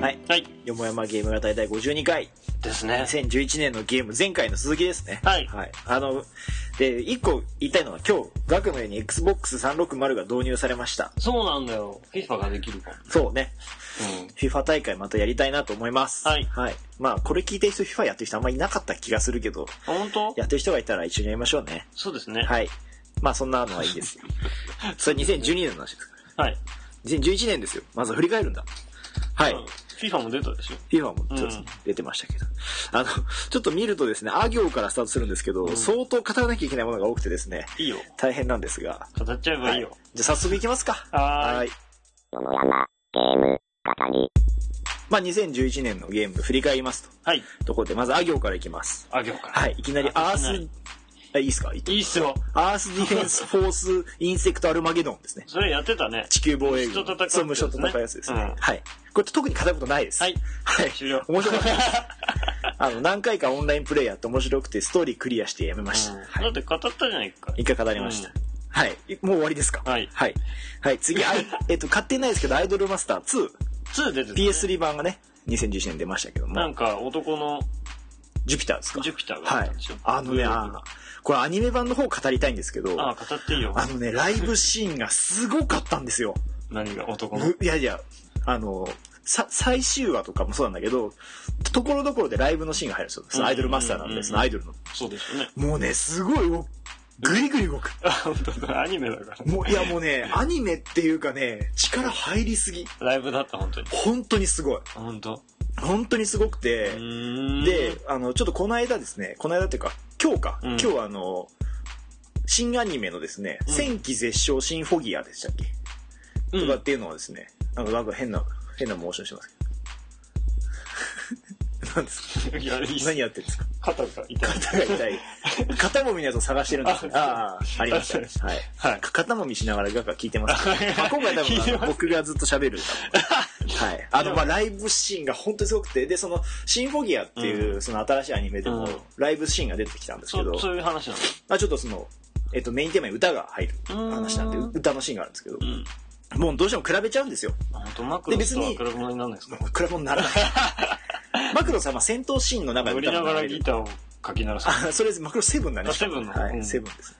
はい。はい。よもやまゲームが大体52回。ですね。 2011年のゲーム、前回の続きですね。はいあの、で、一個言いたいのは今日、ガクのように Xbox360 が導入されました。そうなんだよ。FIFA ができるかも。そうね。うん。 FIFA 大会またやりたいなと思います。はいはい。まあ、これ聞いてる人 FIFA やってる人あんまりいなかった気がするけど、本当やってる人がいたら一緒にやりましょうね。そうですね。はい。まあ、そんなのはいいです よ。それ2012年の話ですから。はい。 2011年ですよ。まず振り返るんだ。はい。うん FIFA も出たでしょ。 FIFA もそうですねうん出てましたけど。あの、ちょっと見るとですね、あ行からスタートするんですけど、相当語らなきゃいけないものが多くてですね、いいよ。大変なんですが。語っちゃえばいいよ。じゃあ早速いきますか。はーいーい。まあ、2011年のゲーム振り返りますはい。と。ところで、まずあ行からいきます。あげようか。はい。いきなりアーいきなスり、あいいっすかいいといいっすよ。アースディフェンスフォースインセクトアルマゲドンですね。それやってたね。地球防衛軍。虫と戦うそう、虫と戦うやつですね。うんはい。これ特に語ることないです。はい。はい。終了面白かったです。 あの、何回かオンラインプレイやって面白くて、ストーリークリアしてやめました。うんはだっい。て語ったじゃないか。一回語りました。うんはい。もう終わりですかはいはい。はい次、あいえっと、買ってないですけど、アイドルマスター2。 2出てたね。 PS3 版がね、2011年出ましたけどなんも、か男のジュピターですかジュピターがあはっいたんでしょ。。あのね、あーこれアニメ版の方語りたいんですけど、ああ、語っていいよ。あのね、ライブシーンがすごかったんですよ。何が男の。むいやいや、あの、さ、最終話とかもそうなんだけど、ところどころでライブのシーンが入るんですよ。そのアイドルマスターなんうんうんうんうで、んそのアイドルの。そうですよね。 もうね、すごい動く、ぐりぐり動く。あ、本当だ。アニメだから。もう、いやもうね、アニメっていうかね、力入りすぎ。ライブだった、本当に。本当にすごい。あ本当。本当にすごくうて、ーんで、あの、ちょっとこの間ですね、この間っていうか、今日か。うん今日はあの、新アニメのですね、うん戦記絶唱シンフォギアでしたっけ、うとかっん、ていうのはですね、なんかなんか変な、変なモーションしてますけど。なん ですか いや、いいっす何やってるんですか肩が痛い。肩が 痛い。肩もみのやつを探してるんですね。ああ、ありました。はい。はい。肩もみしながらガクガ聞いてます、まあ、今回多聞いて分まあのす僕がずっと喋 る多分はい。あの、まあ、ライブシーンが本当にすごくて、で、その、シンフォギアっていう、その新しいアニメでもうん、ライブシーンが出てきたんですけど、そうそういう話なまあ、ちょっとその、えっと、メインテーマに歌が入るの。話なんで、うーん歌のシーンがあるんですけどう、ん。もうどうしても比べちゃうんですよ。あ本当マクロスとはで別比にべ物にならないですか比べ物になら ない。マクロさんは戦闘シーンの中で乗り歌ながが流られギる。ターをかき鳴らす。あそれマクロセブンだね。あセブンのはうい、んセブンですね。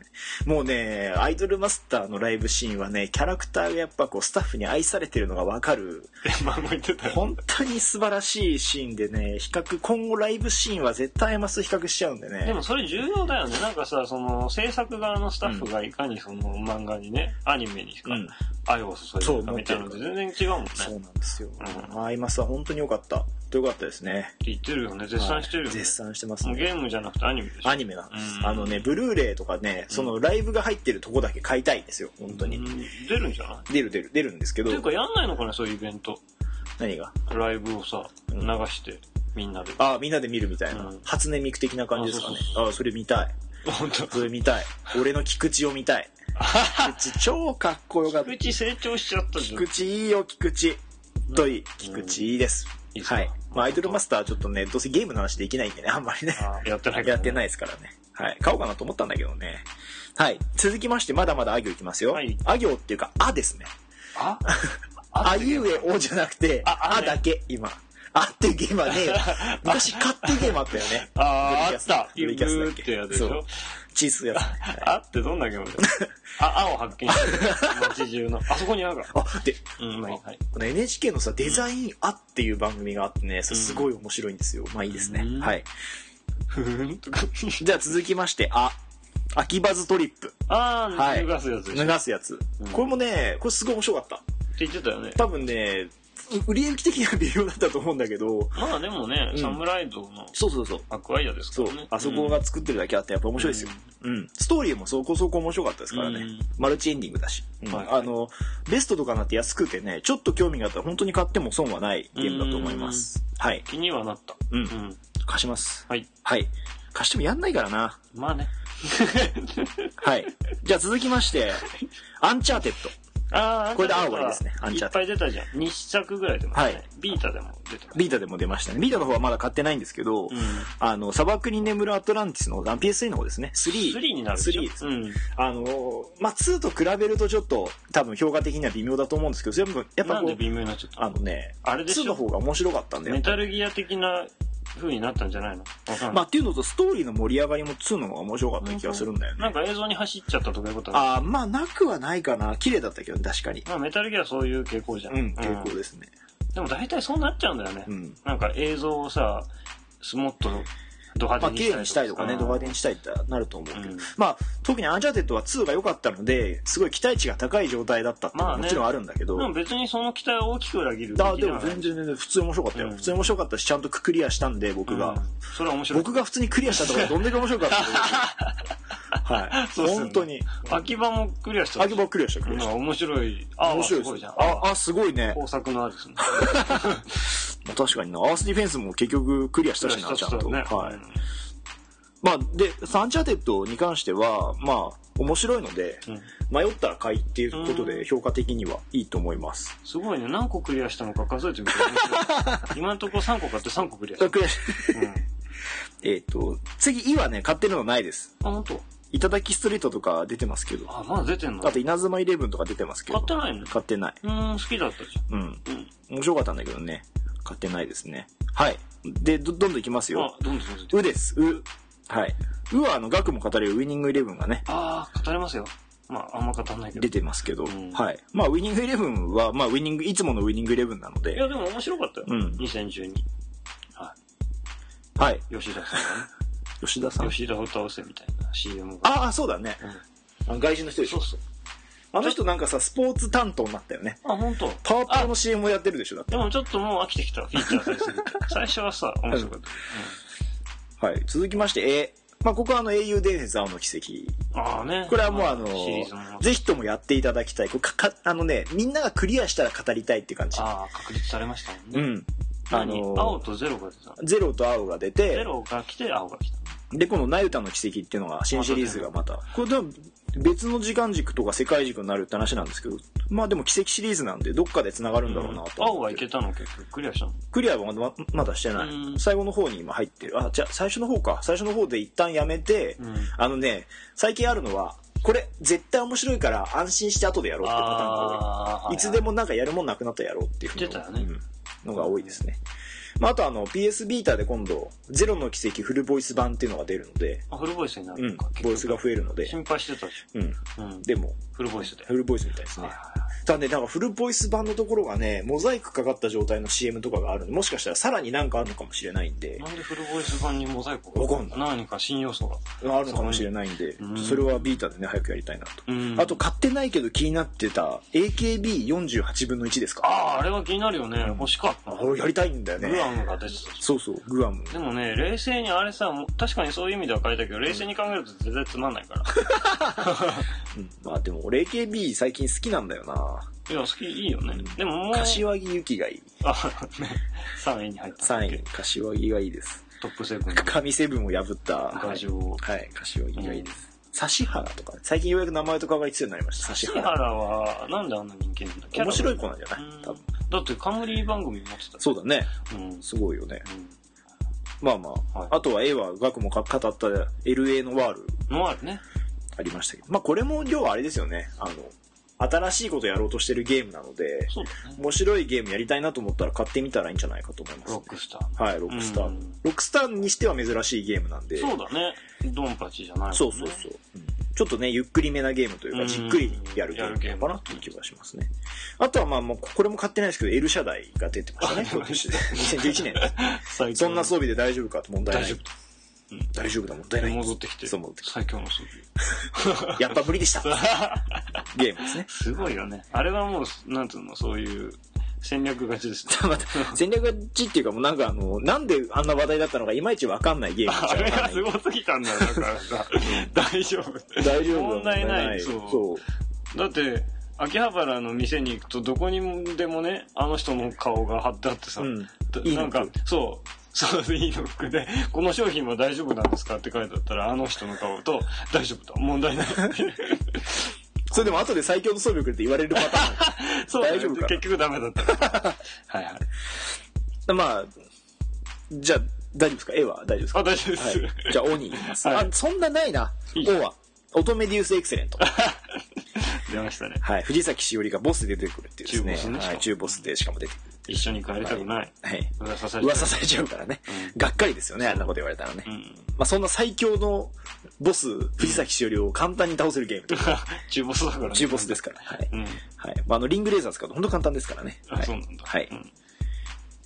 もうね、アイドルマスターのライブシーンはね、キャラクターがやっぱこう、スタッフに愛されてるのがわかる、まあ、もう言ってたよ。本当に素晴らしいシーンでね、比較、今後ライブシーンは絶対アイマス比較しちゃうんでね。でもそれ重要だよね。なんかさ、その制作側のスタッフがいかにその漫画にね、アニメにしかうん愛を注いでるかみたいなのって全然違うもんね。そうなんですよ。うんアイマスは本当に良かった。良かったですね。言ってるよね。絶賛してるよはいね。絶賛してますもうゲね。ームじゃなくてアニメでしょ。アニメなんですう。んあのね、ブルーレイとかね、そのライブが入ってるとこだけ買いたいんですよ、本当うに。ん出るんじゃないっ出る出る、出るんですけてどい、うかやんないのかな、そういうイベント。何がライブをさ、うん流して、みんなで。ああ、みんなで見るみたいなうん。初音ミク的な感じですかねあそうそう。ああ、それ見たい。本当。それ見たい。俺の菊池を見 たい。菊池超かっこよかった菊。池成長しちゃったじゃん菊。池いいよ、菊池。といい。菊池いいですいい。っすかはい。まあ、アイドルマスターはちょっとね、どうせゲームの話できないんでね、あんまりね。あやってないやってないい。ですからね。はい。買おうかなと思ったんだけどね。はい。続きまして、まだまだあ行いきますよ。はいあ行っていうか、あですね。ああいうえおじゃなくて、あああねだけ、今。あっていうゲームは ねえよ昔買っていうゲームあったよね。あー、あった。ブゆリうキャスだっけってやつでしそうょ。チーズやつ。あってどんなゲームだよ あ、あを発見してる。街中の。あそこにあるから。あ、で、うん、まあいいはい。この NHK のさ、デザインあっていう番組があってね、それすごい面白いんですよ。まあいいですねう。んはい。ふーん とか。じゃあ続きまして、あ。秋葉ズトリップ。あはー、い脱がすやつでし脱ょ。っがすやつ。うんこれもね、これすごい面白かった。て言ってたよね。多分ね、売り行き的には微妙だったと思うんだけど、まあでもね、うんサムライドのそうそうそう。アクアイアですかそうらね。、あそこが作ってるだけあってやっぱ面白いですよ。うん。ストーリーもそこそこ面白かったですからねうん。マルチエンディングだし。うんはいあの、ベストとかなって安くてね、ちょっと興味があったら本当に買っても損はないゲームだと思います。はい。気にはなった。うんうん。貸します。はい。はい。貸してもやんないからな。まあね。はい。じゃあ続きまして、アンチャーテッド。ああ、これで青がいいですねアンチャーテいっぱい出たじゃん。2作ぐらい出ましたね。はいビータでも出てます。ビータでも出ましたね。ビータの方はまだ買ってないんですけど、うん。あの、砂漠に眠るアトランティスの PS3 の方ですね。3。 3になるでしょ。 3。うん。あのー、まあ、2と比べるとちょっと多分評価的には微妙だと思うんですけど、それもやっぱなんこでう、微妙になっちゃったあののね、あれでし2のょ方が面白かったんだよメ。タルギア的な風になったんじゃないのわかんまなあ、い。っていうのと、ストーリーの盛り上がりも2の方が面白かった気がするんだよね。なんか映像に走っちゃったとかいうことはああ、まあ、なくはないかな。綺麗だったけど、確かに。まあメタルギアはそういう傾向じゃん。うん、結構ですね。でも大体そうなっちゃうんだよね。うん。なんか映像をさ、すもっとドま派あ、綺麗手ににししたたいいととかかね、ね。ド派手にしたいってなると思うけど。うんまあ、特にアンチャーテッドは2が良かったので、すごい期待値が高い状態だったっていうのまはあねもちろんあるんだけど。でも別にその期待を大きく裏切るべきあでではもない。全然全然普通に面白かったよ、うん普通に面白かったしちゃんとクリアしたんで僕が、うんそれは面白い。僕が普通にクリアしたところどんだけ面白かった かはいそうっすよね本当に秋葉もクリアした秋葉クリアしたクリアしうん面白い。たあ面白いすでごいすじゃんよ。ああすごいね工作のあるですね。 まあ確かになアースディフェンスも結局クリアしたしなちゃんと、ねはいうんまあでサンチャーテッドに関してはまあ面白いので、うん迷ったら買いっていうことうでん評価的にはいいと思います、すごいね。何個クリアしたのか数えてみて。 今のところ3個買って3個クリアした。クリアしうん。 えっと次「い」はね買ってるのないですあ、本当。 「いただきストリート」とか出てますけどあ、まだ出てんのあと、稲妻イレブンとか出てますけど。買ってないの買ってない。うーん、好きだったじうん。ゃん。うん。面白かったんだけどね。買ってないですね。はい。で、ど、どんどんいきますあよ。、どんどんどんどん。うです。う。はい。うは、あの、学も語れるウィニングイレブンがね、ああ、語れますよ。まあ、あんま語らないけど。出いてますけど。うんはい。まあ、ウィニングイレブンは、まあ、ウィニング、いつものウィニングイレブンなので。や、でも面白かったよ。うん2012。ははい。い。吉田さんがね。吉田さ ん。吉田を倒せみたいな CM が。ああ、そうだね。あの外人の人でしそうょ。そう。あの人なんかさ、スポーツ担当になったよね。あ、本当。パワープロの CM をやってるでしょ、だってでもちょっともう飽きてきた、フィーチャーされすぎて。最初はさ、面白かった。はい。続きまして、A。まあ、ここはあの、英雄伝説青の奇跡うんああね。これはもうあのシリーズもの。ぜひともやっていただきたいこれかかあのねみんながクリアしたら語りたいって感じああ、確立されましたもんうね。んあ何青のとゼロが出たの。ゼロと青が出ゼてロが来て、青が来た。でこの「ナユタの奇跡」っていうのが新シリーズがまたこれでも別の時間軸とか世界軸になるって話なんですけどまあでも奇跡シリーズなんでどっかで繋がるんだろうなと青思っがていけたの結局クリアしたの。クリアはまだまだしてなういん最後の方に今入ってるあじゃあ最初の方か最初の方で一旦やめてうんあのね最近あるのはこれ絶対面白いから安心して後でやろうってパターンが多いああ。いつでもなんかやるもんなくなったらやろうっていうふうに言ってたよねうんのが多いですね。まあ、あとあの PS ビータで今度「ゼロの奇跡フルボイス版」っていうのが出るので、あフルボイスになうるんのか、、ボイスが増えるので、心配してたじうん、ゃん。うん。でもフルボイスで。フルボイスみたいですねはい。はいはいただねなんかフルボイス版のところがねモザイクかかった状態の CM とかがあるのでもしかしたらさらになんかあるのかもしれないんでなんでフルボイス版にモザイクわかんない何か新要素が。あるのかもしれないんでうんそれはビータでね早くやりたいなと。うんあと、買ってないけど気になってた AKB48 分の1ですあかあ、あれは気になるよね。欲しかった。あれやりたいんだよねグアムが出てたし。そうそうグアムでもね、冷静にあれさ、もう確かにそういう意味では書いたけど、冷静に考えると全然つまんない から。うんまあでも俺 AKB 最近好きなんだよないや、好き、いいよね。でももう、柏木由紀がいいあ、ね、3位に 入った。 3位。柏木がいいですトップセブン。神セブンを破ったガジョウ。はい、はい、柏木がいいです、指原とか最近ようやく名前と顔が必要になりました指シハ原ラは、なんであんな人気なんだ面白い子なんじゃないうん多分だって、冠番組持ってた。そうだねうん。うん。すごいよねまあまあ、はいあとは A はガクも語った LA のワールノアールね。ありましたけどまあこれも要はあれですよねあの新しいことやろうとしてるゲームなのでそうだね。面白いゲームやりたいなと思ったら買ってみたらいいんじゃないかと思います、ロックスター。はい、ロックスター。うんロックスターにしては珍しいゲームなんで。そうだね。ドンパチじゃないもんね。そうそうそううんちょっとね、ゆっくりめなゲームといううか、んじっくりやるゲームなのかなっていう気がしますね。あとはまあ、もう、これも買ってないですけど、エルシャダイが出てました ね、あ今年で。2011年。最強そのんな装備で大丈夫かと問題ない。大丈夫。うん、大丈夫だ、問題ない。戻ってきて。そう戻ってき最強の装備。て。やっぱ無理でした。ゲームです ね。 すごいよね。あれはもう、なんつうの、そういう戦略勝ちですね。また戦略勝ちっていうか、もうなんかあの、なんであんな話題だったのか、いまいちわかんないゲームあじゃれわかんながいすごすぎたんだよ、だからさ。大丈夫。大丈夫だ問題な問い。題そうそう。だって、秋葉原の店に行くと、どこにでもね、あの人の顔が貼ってあってさ、うんだいいのなんか、そう、 そう、いいノックで、この商品 は大丈夫なんですかって書いてあったら、あの人の顔と、大丈夫だ、問題ないって。それでも後で最強の装備くれって言われるパターンそうだね大丈夫かな結局ダ メだったから。はいはい。で まあ、じゃあ、大丈夫ですか絵は大丈夫ですかあ、大丈夫ではす。い。じゃあ、鬼いきます。はいあ、そんなないな。いい O は、乙女デュースエクセレント。出ましたね。はい。藤崎しおりがボスで出てくるっていうです中ボスね。ねはい。中ボスでしかも出てくる。一緒に帰りたくない。はい。噂されて噂されちゃうからね。がっかりですよね、あんなこと言われたらね。うん。 まあ、そんな最強のボス、藤崎しおりを簡単に倒せるゲームというか。中ボスだからね。中ボスですから。はい。うん。はい。まあ、あの、リングレーザー使うと本当簡単ですからね。はあ、いそうなんだ。はいうん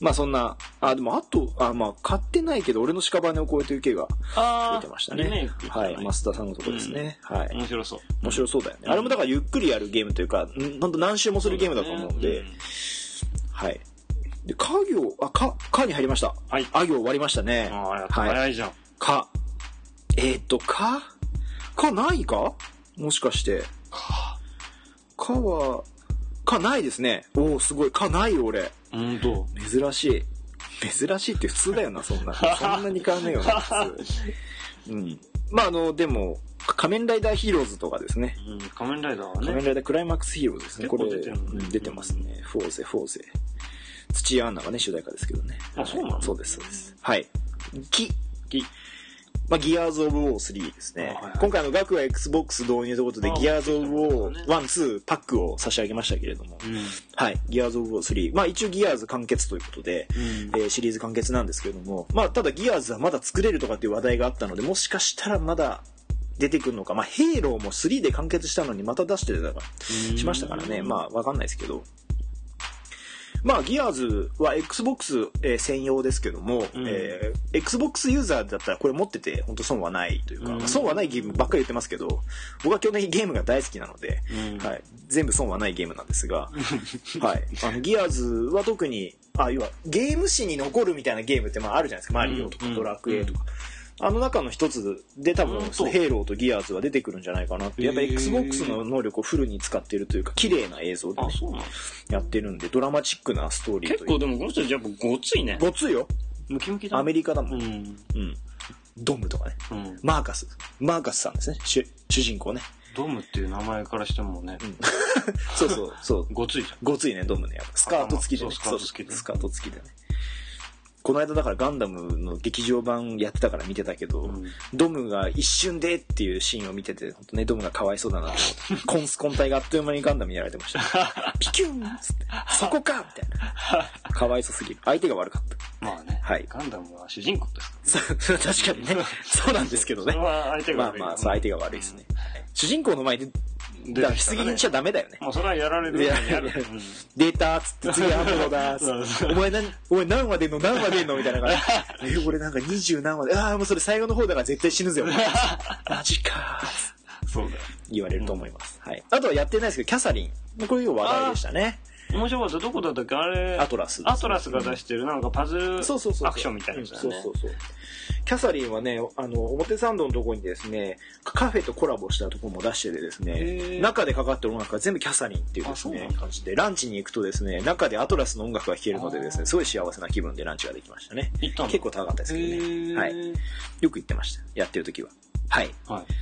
まあそんな、あ、でもあと、あ、まあ買ってないけど、俺の屍を超えて受けがあ出てましたあ、ね。リメイク。はい。増田さんのとこですね。はい。面白そう。面白そうだよね。んあれもだからゆっくりやるゲームというか、んほんと何周もするゲームだと思うんで、んはい。で、家業、あ、か、かに入りました。はいあ行終わりましたね。ああ、やっぱは早い。いじゃん。か。えーっと、かかないかもしかして。か。かは、かないですね。おおすごい。かないよ、俺。本当。珍しい珍しいって普通だよなそんなそんなに変わんないよな普 通うんまああのでも「仮面ライダーヒーローズ」とかですねうん、仮面ライダ「ー仮は面ね。ライダークライマックスヒーローズ」ですねこ結構れ出てるねうん出てますね「フォーゼフォーゼ」土屋アンナがね主題歌ですけどねあそうなのはいそうですそうですはい「ギ」ギまあ、ギアーズ・オブ・ウォー3ですね。あはいはい今回あの、ガクは Xbox 導入ということで、あギアーズ・オブ・ウォそうですー1、ね2パックを差し上げましたけれども、うん。はい、ギアーズ・オブ・ウォー3。まあ、一応ギアーズ完結ということで、うん。えーシリーズ完結なんですけれども、まあ、ただギアーズはまだ作れるとかっていう話題があったので、もしかしたらまだ出てくるのか、まあ、ヘイローも3で完結したのにまた出してたから、しましたからね、まあ、わかんないですけど。まあ、ギアーズは Xbox、えー専用ですけども、うんえー Xbox ユーザーだったらこれ持ってて、本当損はないというか、うんまあ損はないゲームばっかり言ってますけど、僕は基本的にゲームが大好きなので、うん。はい、全部損はないゲームなんです が、はい、あのギアーズは特にあ要はゲーム史に残るみたいなゲームってまああるじゃないですかマリオとかうんドラクエとか、あの中の一つで多うん分そうヘイローとギアーズは出てくるんじゃないかなってやっぱへー XBOX の能力をフルに使っているというか綺麗な映像でね、あ、そうなのやってるんでドラマチックなストーリー結とい構うでもこの人やっぱごついね。ごついよムキムキだ。アメリリカだもん、うん。うんドムとかねうん。マーカスマーカスさんですね主主人公ね、ドムっていう名前からしてもねう、ん、そうそうそうごついじゃん。ごついね、ドムね。やっぱスカート付きでね。そうスカート付きでそうスカート付きでね。この間だからガンダムの劇場版やってたから見てたけど、うんドムが一瞬でっていうシーンを見てて、本当ね、ドムがかわいそうだなと思って、コンスコン隊があっという間にガンダムにやられて ました。ピキューンっつって、そこかみたいな。かわいそうすぎる。相手が悪かった。 まあね。はいガンダムは主人公ですかそう確かにね、そうなんですけどねら。それ。は相手がまあ悪いよ。まあ、そう相手が悪いですね。主人公の前で、うん。だからしすぎにしちゃダメだよね。もうそれはやられるいよやうにやる。データっつって次アップローだーっそうつっそてお前何、お前何までの何までのみたいな感じ で。え、俺なんか20何まで、ああ、もうそれ最後の方だから絶対死ぬぜ、お前。マジかーっつってうんそうだよ。言われると思います。はい。あとはやってないですけど、キャサリン。これよう話題でしたね。面白かった。どこだったっけあれ、アトラス。アトラスが出してるなんかパズルアクシそうそうそう。ョンみたいなやつだよね。うんそうそうそう。キャサリンはね、あの、表参道のとこにですね、カフェとコラボしたとこも出しててですへね、ー中でかかってる音楽が全部キャサリンっていうですあそうねなん、だ感じで、ランチに行くとですね、中でアトラスの音楽が聴けるのでですあね、ーすごい幸せな気分でランチができましたね。行ったの結構高かったですけどね。はい。へーよく行ってました。やってる時は。はい。はい。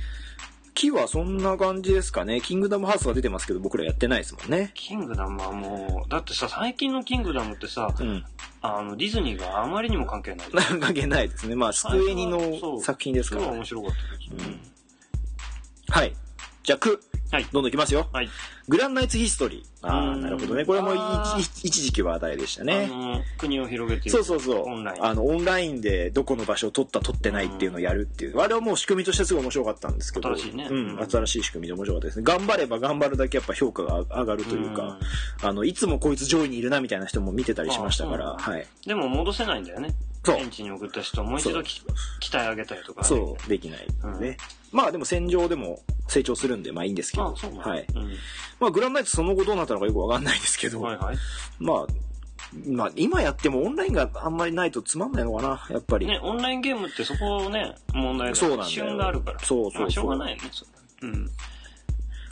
木はそんな感じですかね。キングダムハウスが出てますけど、僕らやってないですもんね。キングダムはもう、だってさ、最近のキングダムってさ、うん。あの、ディズニーがあまりにも関 係ない。関係ないですね。まあ、スクエニそのう作品ですすかごいら。面白かったです。うんはい。じゃあ、く。はい。どんどんいきますよ。はい。グランナイツヒストリー。ああ、うんなるほどね。これもいあー一一時期話題でしたあね。の、国を広げていくそうそうそう。オンラインあの、オンラインでどこの場所を取った、取ってないっていうのをやるっていう。あれはもう仕組みとしてすごい面白かったんですけど。新しいねうん、新しい仕組みで面白かったですね。頑張れば頑張るだけやっぱ評価が上がるというか、あの、いつもこいつ上位にいるなみたいな人も見てたりしましたから、あそはい。でも戻せないんだよね。そう現地に送った人をもう一度き鍛え上げたりとかね。そう、できないね。まあでも戦場でも成長するんで、まあいいんですけあど。そうなんだはい。うんまあグランナイツその後どうなったのかよくわかんないですけど。はいはい。まあ、まあ、今やってもオンラインがあんまりないとつまんないのかな、やっぱり。ね、オンラインゲームってそこをね、問題そうなんだよ旬があるから。そうそうそうまあしょうがないよね、それうん。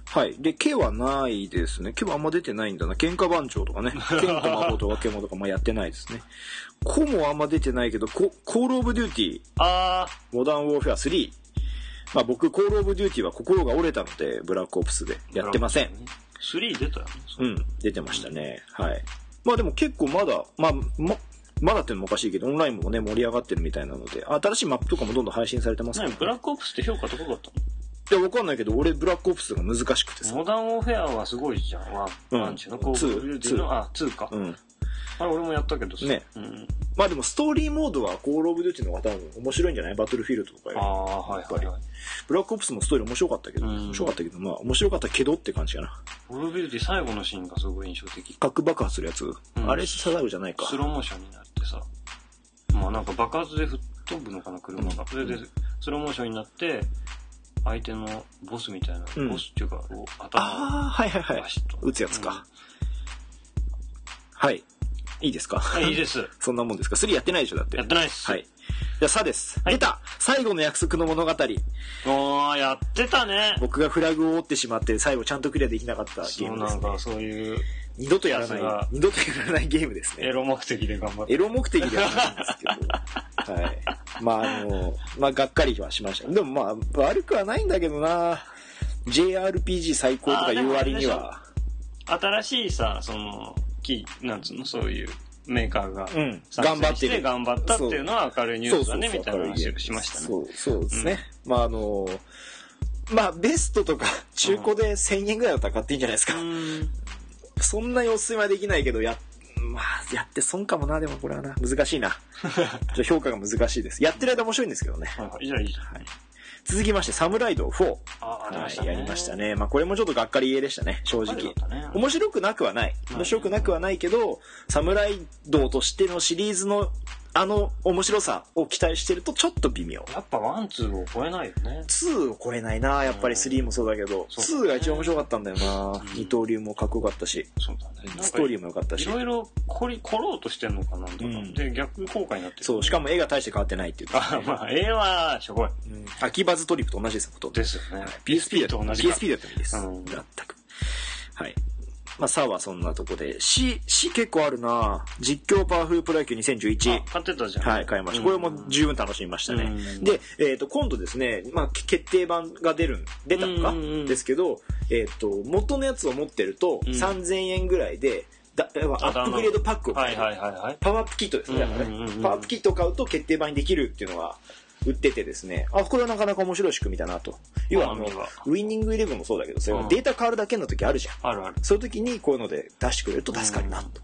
はい。で、毛はないですね。毛はあんま出てないんだな。喧嘩番長とかね。剣と魔法とか獣とか、まあやってないですね。子もあんま出てないけど、ココールオブデューティー、あモダンウォーフェア3。まあ僕、コールオブデューティーは心が折れたので、ブラックオプスでやってません。。 3出たよね。うん、出てましたね。はい。まあでも結構まだ、まあ、ま、まだってのもおかしいけど、オンラインもね、盛り上がってるみたいなので、新しいマップとかもどんどん配信されてますから、何ね。ブラックオプスって評価高かったいや、わかんないけど、俺、ブラックオプスが難しくてのさ。モダンオフェアはすごいじゃん。ワン、うんなんちゅうの、コールオブデューティーの、あ、2かう。ん。あれ俺もやったけどさ。ねうん。まあでも、ストーリーモードは、コールオブデューティーの方が多分面白いんじゃないバトルフィールドとかよありあ、はいはいはい。ブラックオプスもストーリー面白かったけど、うん面白かったけど、まあ、面白かったけどって感じかな。コールオブデューティー最後のシーンがすごい印象的。核爆発するやつ。んあれ、サダルじゃないか。スローモーションになってさ、まあなんか爆発で吹っ飛ぶのかな、車が。それで、スローモーションになって、相手のボスみたいな、うんボスっていうか、お頭をああ、はいはいはいバ。シッと。撃つやつか。はい。いいですか うん。はい、いいです。そんなもんですか ?3 やってないでしょだって。やってないっす。はい。。じゃあ、さです。はい出た最後の約束の物語。おー、やってたね。僕がフラグを折ってしまって、最後ちゃんとクリアできなかったゲそーうムでなすんねか、。そういう二度とやらさすがない、二度とやらないゲームですエね。ロ目的で頑張って。エロ目的ではないんですけど。はい。まあ、あの、まあ、がっかりはしました。でもまあ、悪くはないんだけどな JRPG 最高とか言う割には。新しいさ、その、キー、なんつうの、そういうメーカーがうん、参戦し頑張ってる頑張ったっていうのは明るいニュースだね、みたいな話をしましたね。そう、そうですね。まあ、あの、まあ、ベストとか中古で1000円ぐらいだったら買っていいんじゃないですか。うんそんなにおすすめはできないけど、や、まあ、やって損かもな、でもこれはな。難しい な。ちょ評価が難しいです。やってる間面白いんですけどね。はいはい、じゃあいいじゃん。続きまして、サムライド4。あ、ありましたはい、ね。やりましたね。まあ、これもちょっとがっかり家でしたね、正あれだ直っ。たね面白くなくはない。い面白くなくはないけど、サムライドとしてのシリーズの、あの面白さを期待してるとちょっと微妙。やっぱワンツーを超えないよね。 2を超えないなやっぱり3もそうだけど、そう2が一番面白かったんだよな、ん二刀流もかっこよかったし、そうだね。ストーリーも。も良かったいしろいろ凝り、凝ろうとしてんのかなんとか。うんで、逆効果になってる。そうしかも絵が大して変わってないっていうか、あ、まあ、絵は、すごうい。ん秋葉ズトリップと同じですよほとんどですよね。 PSP だとと同じか。 PSP だったんです、うん全くはいまあさはそんなとこで C, C 結構あるな実況パワフルプロ野球2011あ買ってたじゃん。はい、買いました。これも十分楽しみましたね。うんで、えっ、と、今度ですね、まあ、け決定版が出るん、出たのか、うんうんうんですけど、えっ、と、元のやつを持ってると、うん3000円ぐらいで、だアあップグレードパックをは買えいる。はいはいはい。パワーアップキットですね、だからねうんうんうんうんパワーアップキットを買うと決定版にできるっていうのが売っててですね、あ、これはなかなか面白い仕組みだなと。要は、あの、まあまあウィニングイレブンもそうだけど、それはうんデータ変わるだけの時あるじゃん。あるある。そういう時にこういうので出してくれると助かるなと。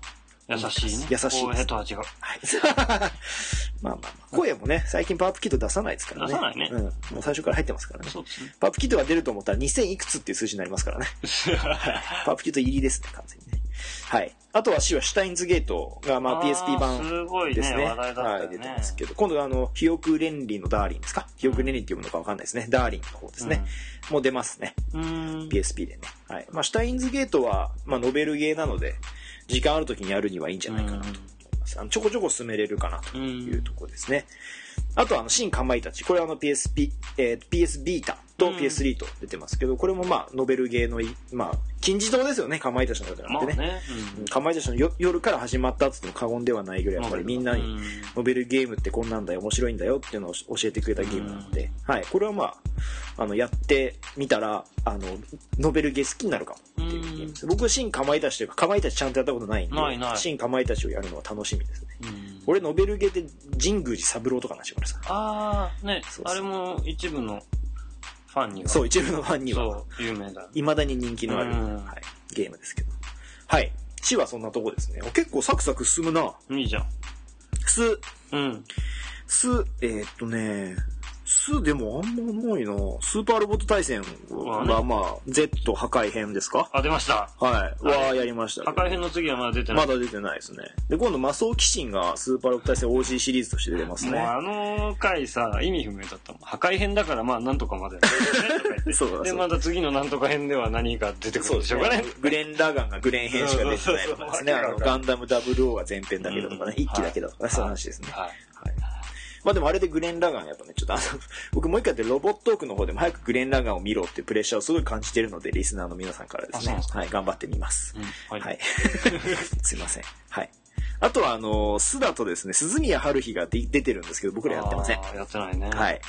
優しいね。優しいです公平とは違う。はい。 まあまあまあ。声もね、最近パワーアップキット出さないですからね。出さないねうん。もう最初から入ってますからね。そうですね。パワーアップキットが出ると思ったら2000いくつっていう数字になりますからね。パワーアップキット入りですね、完全にね。はい。あとは C はシュタインズゲートが、まあ PSP あー版すごいですね、ね。話題だはったよい、出てねま。すけど。今度はあの、ヒヨクレンリのダーリンですかヒヨクレンリンって読むのかわかんないですね。ダーリンの方ですね。もう出ますね。うん。うん。 PSP でね。はい。まあシュタインズゲートは、まあノベルゲーなので、時間ある時にやるにはいいんじゃないかなと思います。あのちょこちょこ進めれるかなと。うんいうところですね。あと、あの、新かまいたち。これはあの PSP、えー PS ビータとうん PS3 と出てますけど、これもまあ、ノベルゲーのい、まあ、金字塔ですよね、かまいたちの方まなあんてね。ね。うんかまいたちのよ夜から始まったって言っても過言ではないぐらい、やっぱりみんなうに、ノベルゲームってこんなんだよ、面白いんだよっていうのを教えてくれたゲームなので、はい。これはまあ、あの、やってみたら、あの、ノベルゲー好きになるかもっていうゲームです。僕、新かまいたちというか、かまいたちちゃんとやったことないんで、ないない新かまいたちをやるのは楽しみですね。うん俺ノベルゲーで神宮寺三郎とかなんでしょこれさああ、ねそうそうあれも一部のファンには。そう一部のファンにはそう、有名だね。いまだに人気のある、うんはい、ゲームですけどはい死はそんなとこですね結構サクサク進むないいじゃん。すうん。すえーっとねすでもあんまないなスーパーロボット対戦まあがまあ Z 破壊編ですかあ、出ました。はいはいはやりましたけ破ど壊編の次はまだ出てなまい。だ出てないですねで今度マソオキシンがスーパーロボット対戦 OG シリーズとして出てますもうねあの回さ、意味不明だったもん。破壊編だからまあなんとかまで。 そうだそうで、だまた次のなんとか編では何か出てくるんでしょうかね。グレン・ラガンがグレン編しか出てないとかですね。 そうそうそうあの、ガンダム00は前編だけだとかね、うん一期だけだとかね、そういう話ですね。はい。はい。まあでもあれでグレン・ラガンやっぱね、ちょっとあの、 僕もう一回やってロボットークの方でも早くグレン・ラガンを見ろっていうプレッシャーをすごい感じてるので、リスナーの皆さんからですねあそうなんです、かはい、頑張ってみます。うんははいい。 すいません。はい。あとはあの、スだとですね、鈴宮春日が出出てるんですけど、僕らやってませんあ。ーやってないね。はい。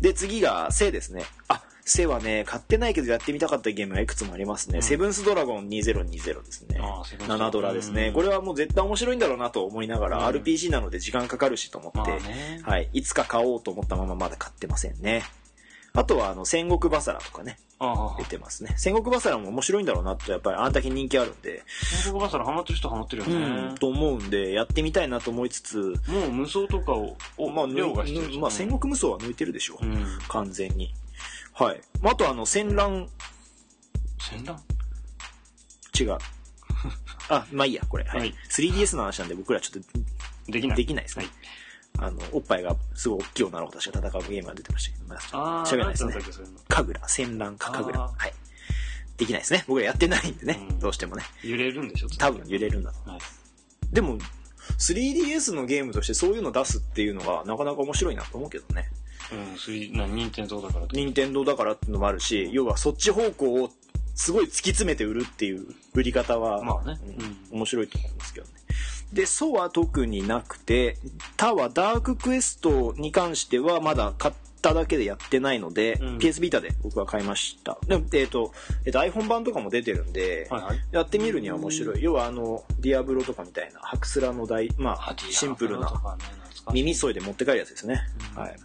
で、次が、セですね。あ、セはね、買ってないけどやってみたかったゲームがいくつもありますね。うんセブンスドラゴン2020ですね。ああ、セブンス7ドラですね、うんこれはもう絶対面白いんだろうなと思いながら、うん RPG なので時間かかるしと思って、まあね。はい、いつか買おうと思ったまままだ買ってませんねあとはあの戦国バサラとかねああ出、てますね戦国バサラも面白いんだろうなとやっぱりあんだけ人気あるんで、戦国バサラハマってる人はハマってるようね。ん、と思うんでやってみたいなと思いつつもう無双とかを、をまあ抜い凌駕してるじゃんまあ、戦国無双は抜いてるでしょう、うん。完全にはいまああとあの戦乱戦乱違 うあまあいいやこれ、はいはい、 3DS の話なんで僕らちょっとできない。できないですねはい。あの、おっぱいがすごい大きい女の子たちが戦うゲームが出てましたけど、まああ、あ、喋らないですねんだ。っけそういうの神楽、戦乱か神楽。あーはい。できないですね。僕らやってないんでね、うんどうしてもね。揺れるんでしょ多分揺れるんだと。はい。でも、3DS のゲームとしてそういうの出すっていうのがなかなか面白いなと思うけどね。うん、スリー、な、任天堂だからって。任天堂だからっていうのもあるし、要はそっち方向をすごい突き詰めて売るっていう売り方は、まあね。うんうん。面白いと思いますけどね。で、ソは特になくて、タはダーククエストに関してはまだ買っただけでやってないので、うん PS ビータで僕は買いました。でも、えっ、と、えっと iPhone 版とかも出てるんで、はいはい。やってみるには面白い。要はあの、ディアブロとかみたいな、ハクスラの大、まあ、シンプルな、耳。耳添いで持って帰るやつですね。うんはい。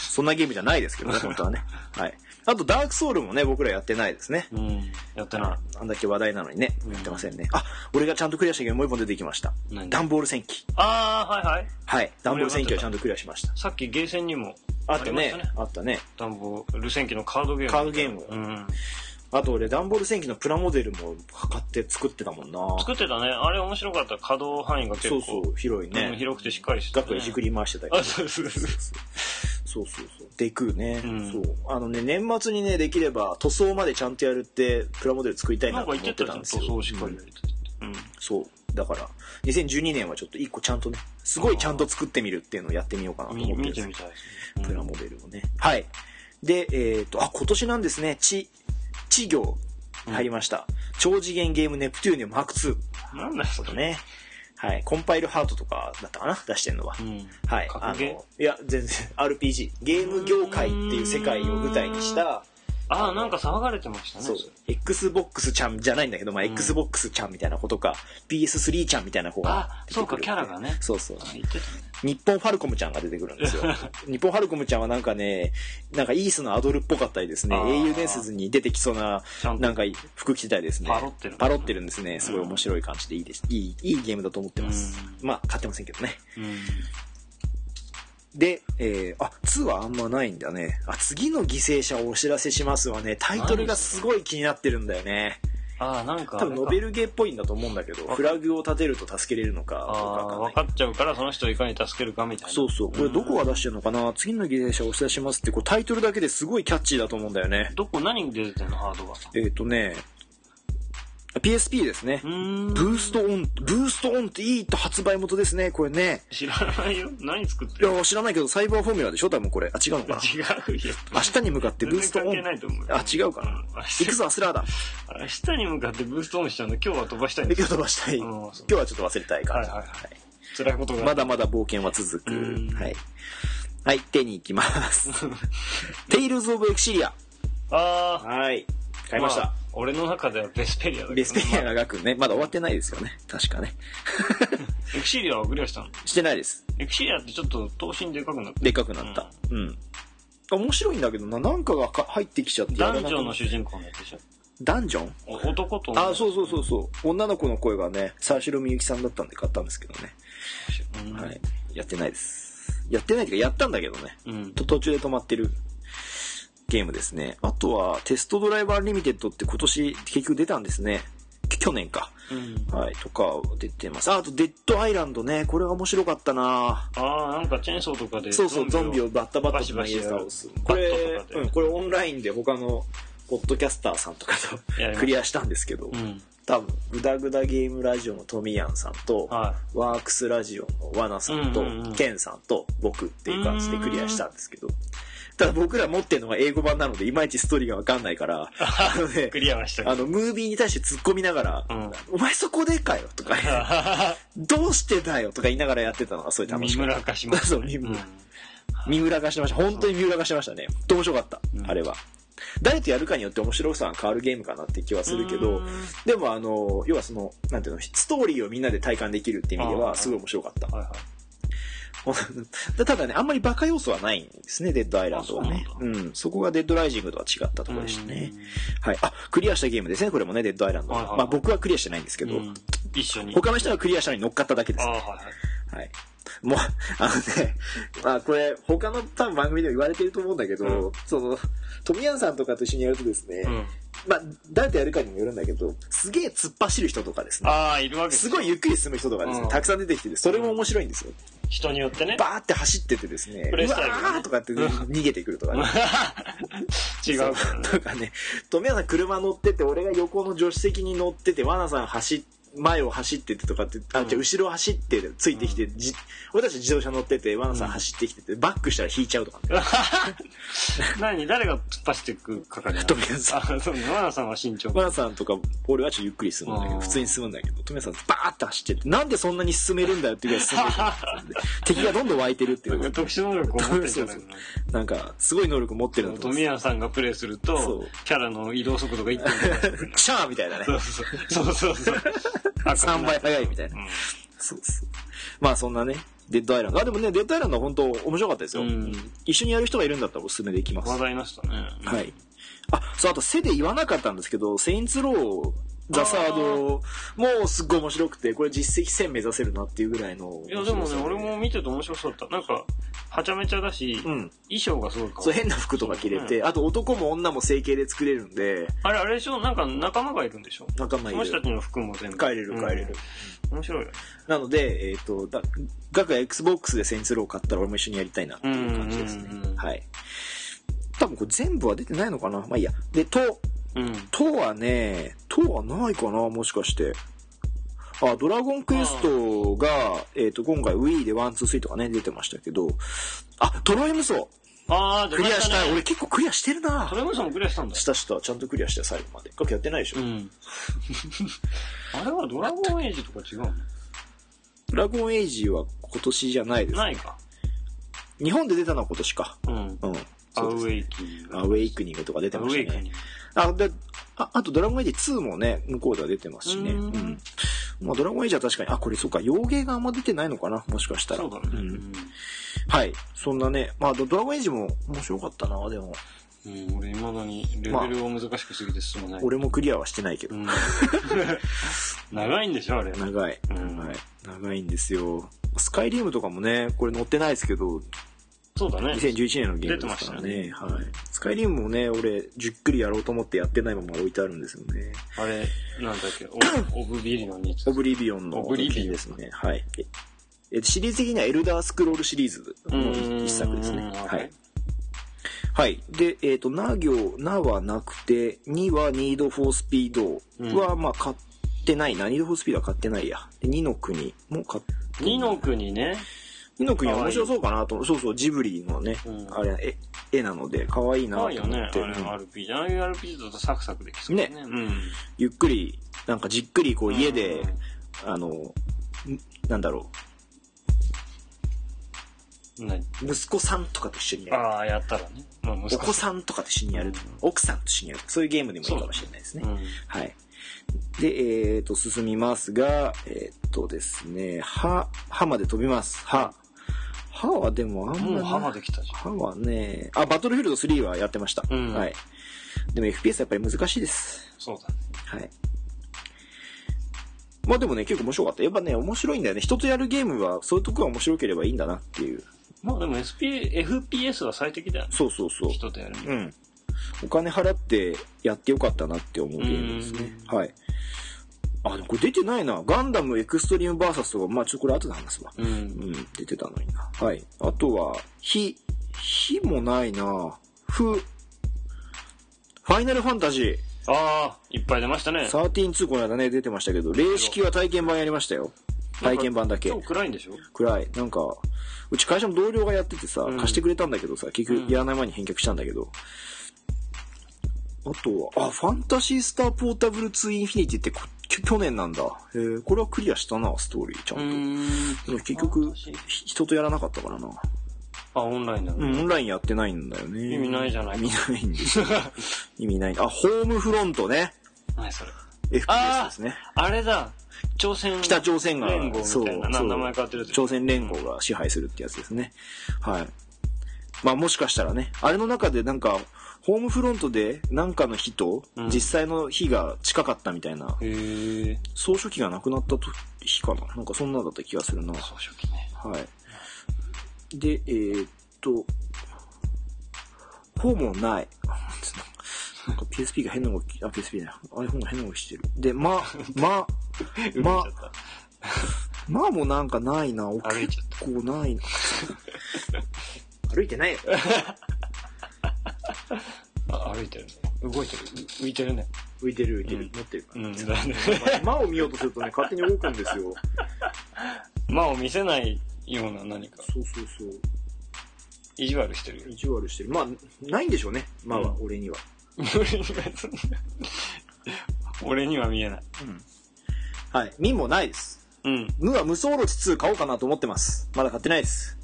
そんなゲームじゃないですけどね、本当はね。はい。あと、ダークソウルもね、僕らやってないですね。うん。やってなあんだけ話題なのにね、うんやってませんね。あ、俺がちゃんとクリアしたゲームもう一本出てきました。い。何ダンボール戦記。ああ、はいはい。はい。ダンボール戦記をちゃんとクリアしました。さっきゲーセンにもあったりねました。あったね。ダンボール戦記のカードゲーム。カードゲームうん。あと俺、ダンボール戦記のプラモデルも買って作ってたもんな。作ってたね。あれ面白かった。可動範囲が結そ構。うそう、広いうんね。広くてしっかりしてたね額でじくり回してたりあ、そうそうそう。そうそうそう。でくね、うんそう。あのね、年末にね、できれば塗装までちゃんとやるって、プラモデル作りたいななんとか思言っっててたたじゃんん。ですよ。そうそう、しっかうりんやりたいって。そう。だから、2012年はちょっと一個ちゃんとね、すごいちゃんと作ってみるっていうのをやってみようかなとうん。思っみてるん見ですてみたいですね。プラモデルをね。はい。で、えっ、と、あ、今年なんですね、地、地行入りました。超次元ゲームネプテューニウムク2うん。なんだよ、それ。ね。はい。コンパイルハートとかだったかな出してんのはう。ん。はい。あ格ゲーの、いや、全然、RPG。ゲーム業界っていう世界を舞台にした、ああ、なんか騒がれてましたね。そう、Xbox ちゃんじゃないんだけど、まあ、うん Xbox ちゃんみたいな子とか、PS3 ちゃんみたいな子があ、出そてうくか、る。キャラがね。そうそうあ。言ってたね。日本ファルコムちゃんが出てくるん ですよ。日本ファルコムちゃんはなんかね、なんかイースのアドルっぽかったりですね、あー英雄伝説に出てきそうな、ちゃんとなんか服着てたりですね。パロってるパロってるんですね。すごい面白い感じでいいです。いい、いいゲームだと思ってます。うんまあ、買ってませんけどね。うん。で、えー、あ、2はあんまないんだね。あ、次の犠牲者をお知らせしますはね、タイトルがすごい気になってるんだよね。ああ、なんかあ多れ分か。ノベルゲーっぽいんだと思うんだけど、わかフラグを立てると助けれるのか、ああ、わかんない分かっちゃうから、その人をいかに助けるかみたいな。そうそう。これどこが出してるのかな次の犠牲者をお知らせしますって、こうタイトルだけですごいキャッチーだと思うんだよね。どこ、何出てんの、ハードが。えっ、とね、PSP ですねう。ーん。ブーストオン、ブーストオンっていいと発売元ですね、これね。知らないよ。何作っているや、知らないけど、サイバーフォーミュラでしょ多分これ。あ、違うのかな違うよ。明日に向かってブーストオ全ン然関係。ないと思うよ。あ、違うかな。ん明行く日ぞ、アス ラーだ。明日に向かってブーストオンしちゃうの、今日は飛ばしたいん今で 日す飛ばしたい。うん今日はちょっと忘れたい感じ。はいはいははい辛いことが。まだまだ冒険は続くうん。はい。はい、手に行き ます。テイルズ・オブ・エクシリア。ああ。はい。買いました。あ俺の中ではベスペリアだけどねベスペリアがま学ね、まだ終わってないですよね。確かね。あエクシリアはクリアしたの。してないです。エクシリアってちょっと、頭身でかくなって。でっかくなった。うん。面白いんだけどな、なんかがか入ってきちゃって。ダンジョンのや主人公のやつでしょらなくなダンジョンお男と女あ、そうそうそうそう。女の子の声がね、沢城みゆきさんだったんで買ったんですけどね。うんはい。やってないです。やってないっていうか、やったんだけどね。うんと途中で止まってるゲームですね。あとは、テストドライバーリミテッドって今年結局出たんですね。き去年か。うんはい。とか出てます。あ、あと、デッドアイランドね。これが面白かったなああなんかチェーンソーとかでそうそう、ゾンビををバッタバッタと投げ倒す。これバットとか、でうん、これオンラインで他の、ポッドキャスターさんとかやりましとたクリアしたんですけど、うん多分、グダグダゲームラジオのトミヤンさんと、はワークスラジオのワナさんと、うんうんうんケンさんと、僕っていう感じでクリアしたんですけど、ただ僕ら持ってるのが英語版なので、いまいちストーリーがわかんない から、あのいねク、リアはしたけあどの、ムービーに対して突っ込みながら、うんお前そこでかよとか、 どうしてだよとか言いながらやってたのがすごい楽三しかった。村か島そう三村うん三浦化してました。本当に三浦化してましたね。面白かった、うんあれは。誰とやるかによって面白さが変わるゲームかなって気はするけど、うんでもあの、要はその、なんていうの、ストーリーをみんなで体感できるって意味であは、ーすごい面白かった。はいはい。 でただね、あんまりバカ要素はないんですね、デッドアイランドはねあ。そううんそこがデッドライジングとは違ったところでしたね。はい。あ、クリアしたゲームですね、これもね、デッドアイランドは。はいはいまあ僕はクリアしてないんですけうん。ど、うん一緒に。他の人がクリアしたのに乗っかっただけであすあ、ね。はいはい。はい。もう、あのね、まあこれ、他の多分番組でも言われてると思うんだけど、うんその、富山さんとかと一緒にやるとですね、うん。まあ誰とやるかにもよるんだけど、すげえ突っ走る人とかですね、ああ、いるわけですすよごいゆっくり進む人とかですね、うんたくさん出てきてて、それも面白いんですよ。人によってね。バーって走っててですね、プレイスタイルうがわねーとかって逃げてくるとかね。 違そうからね。とかね、富谷さん車乗ってて、俺が横の助手席に乗ってて、わなさん走っ前を走っててとかって、あ、うんじゃあ後ろ走ってて、ついてきて、じ俺たち自動車乗ってて、わなさん走ってきてて、バックしたら引いちゃうとかね。 何誰が突っ走っていく係なの富谷さん。あ、そう、マナさんは慎重。わなさんとか、俺はちょっとゆっくり進むんだけうど、ん普通に進むんだけど、富谷さんバーって走ってって、なんでそんなに進めるんだよっていうぐらい進んでる 敵がどんどん湧いてるっていなんかう。特殊能力を持ってるんじゃないかな。なんか、すごい能力持ってるなと思っ富て谷さんがプレイするとそう、キャラの移動速度が 1.5た。シャーみたいなねそ。うそうそうそう。 3倍速いみたいな。そうそう。まあそんなね、デッドアイランド。あ、でもね、デッドアイランドは本当面白かったですうよ。ん。うん。一緒にやる人がいるんだったらおすすめできます。話は題になってたね。い。あ、そう、あと背で言わなかったんですけど、セインツロー、ザサード、もうすっごい面白くて、これ実績1000目指せるなっていうぐらいの。いや、でもね、俺面も見てて面白そうだった。なんか、はちゃめちゃだし、白さ。うん。衣装がすごいかそう、変な服とか着れて、あと男も女も整形で作れるんで、あれ、あれでしょなんか仲間がいるんでしょ仲間そいの人るた。ちの服も全部。帰れる帰れる。うん。面白いよね。なので、えっ、と、だ、ガクが Xbox でセインツロー買ったら俺も一緒にやりたいなっていう感じですねうんうんうんう。んはい。多分これ全部は出てないのかなまあいいや。で、と、うん。とはね、とはないかなもしかして。あ、ドラゴンクエストが、えっ、と、今回 Wii で1、2、3とかね、出てましたけど、あ、トロイムソあー、クリアしたい。い。俺結構クリアしてるなトレムさんもクリアしたんだし。たした、ちゃんとクリアして最後まで。ガクやってないでしょ、うん。あれはドラゴンエイジとか違うのドラゴンエイジは今年じゃないです。ないか。日本で出たのは今年か。うん。うん。アそうウですェイキング。アウェイクニングとか出てアまウしェイたキねン。グ。あ、で、ああとドラゴンエイジ2もね、向こうでは出てますしね。う,、うんんまあドラゴンエイジは確かに、あ、これそうか、洋芸があんま出てないのかなもしかしたら。そうだね。うんんはい。そんなね、まあドドラゴンエイジも面白かったな、でも。うん、俺未だにレベルを難しくすぎて進まない。俺もクリアはしてないけうど。ん。 長いんでしょ、あれ。長い。うんはい。長いんですよ。スカイリムとかもね、これ載ってないですけど、そうだね。 2011年のゲームですからね。出てましたねはい。スカイリムもね、俺、じっくりやろうと思ってやってないまま置いてあるんですよね。あれ、なんだっ け、オオブビリオンに。オブリビオンのオブリビオン時ですね。はい。ええシリーズ的にはエルダースクロールシリーズのう一ん一作ですね。うんはい。はい。で、えっ、と、な行、なはなくて、にはニードフォースピードは、まあ、買ってないな。ニードフォースピードは買ってないや。で、二の国も買ってない。二の国ね。二の国は面白そうかなと。そうそう、ジブリのね、うんあれ、絵絵なので、可愛いなと可思愛いよね。っあて、れの RPG。ああいう RPG だとサクサクできそうだね。ねうん。ゆっくり、なんかじっくり、こう、家で、うんあの、んなんだろ何う、息子さんとかと一緒にやる。ああ、やったらね。まあ、難しおい子さんとかと一緒にやるとか、奥さんと一緒にやるとかそういうゲームでもいいかもしれないですね。うん。はい。で、えっ、と、進みますが、えっ、とですね、は、はまで飛びます。は。ははでもあんまもう歯はまできたじははね、あ、バトルフィールド3はやってました。うんはい。でも FPS やっぱり難しいですゃん。。そうだはね。い。まあでもね、結構面白かった。やっぱね、面白いんだよね。人とやるゲームは、そういうとこが面白ければいいんだなっていう。まあでも SP、FPS は最適だよね。そうそうそう。人とやるに。うん。お金払ってやってよかったなって思うゲームですね。はい。あ、でもこれ出てないな。ガンダムエクストリームバーサスとか、まあちょっとこれ後で話すわ。う。うんん、出てたのにな。はい。あとは、火、火もないな。ふ、ファイナルファンタジー。ああ、いっぱい出ましたね。 132この間ね、出てましたけど、霊式は体験版やりましたよ。体験版だけ今。日暗いんでしょ暗い。なんか、うち会社の同僚がやっててさ、ん貸してくれたんだけどさ、結う局んやらない前に返却したんだけど。あとは、あ、ファンタシースターポータブル2インフィニティってこ去去年なんだ。へえこれはクリアしたな、ストーリーちゃんと。ん。でも結局私、ひ人とやらなかったからな。あ、オンラインなの、うん、オンラインやってないんだよね。意味ないじゃない意味ないんです よ意味ない。あ、ホームフロントね。何それ。 FPS ですね。あれだ朝鮮北朝鮮が連合みそうたいななそう名前変わってるやつ朝鮮連合が支配するってやつですね。はい。まあもしかしたらね、あれの中でなんか、ホームフロントでなんかの日とうん実際の日が近かったみたいな、へえ総書記が亡くなったと日かななんかそんなだった気がするな。総書記ねはい。で、えーっと、ほぼない。 なんか PSP が変な動き、あ、PSP だ。iPhone が変な動きしてる。で、ま、 ま、ま、まもなんかないな。お歩いちゃっ結構ないな。歩いてないよ。あ歩いてるね動いてる浮いてるね浮いてる浮いてうんる。持ってるから。 うんだねまを見ようとするとね、勝手に動くんですよ。まを見せないような何かそうそうそう。意地悪してるよ意地悪してる。まあ、ないんでしょうね。まは、う俺には。俺には見えないはい。みもないです。うん無は無双オロチ2買おうかなと思ってます。まだ買ってないです。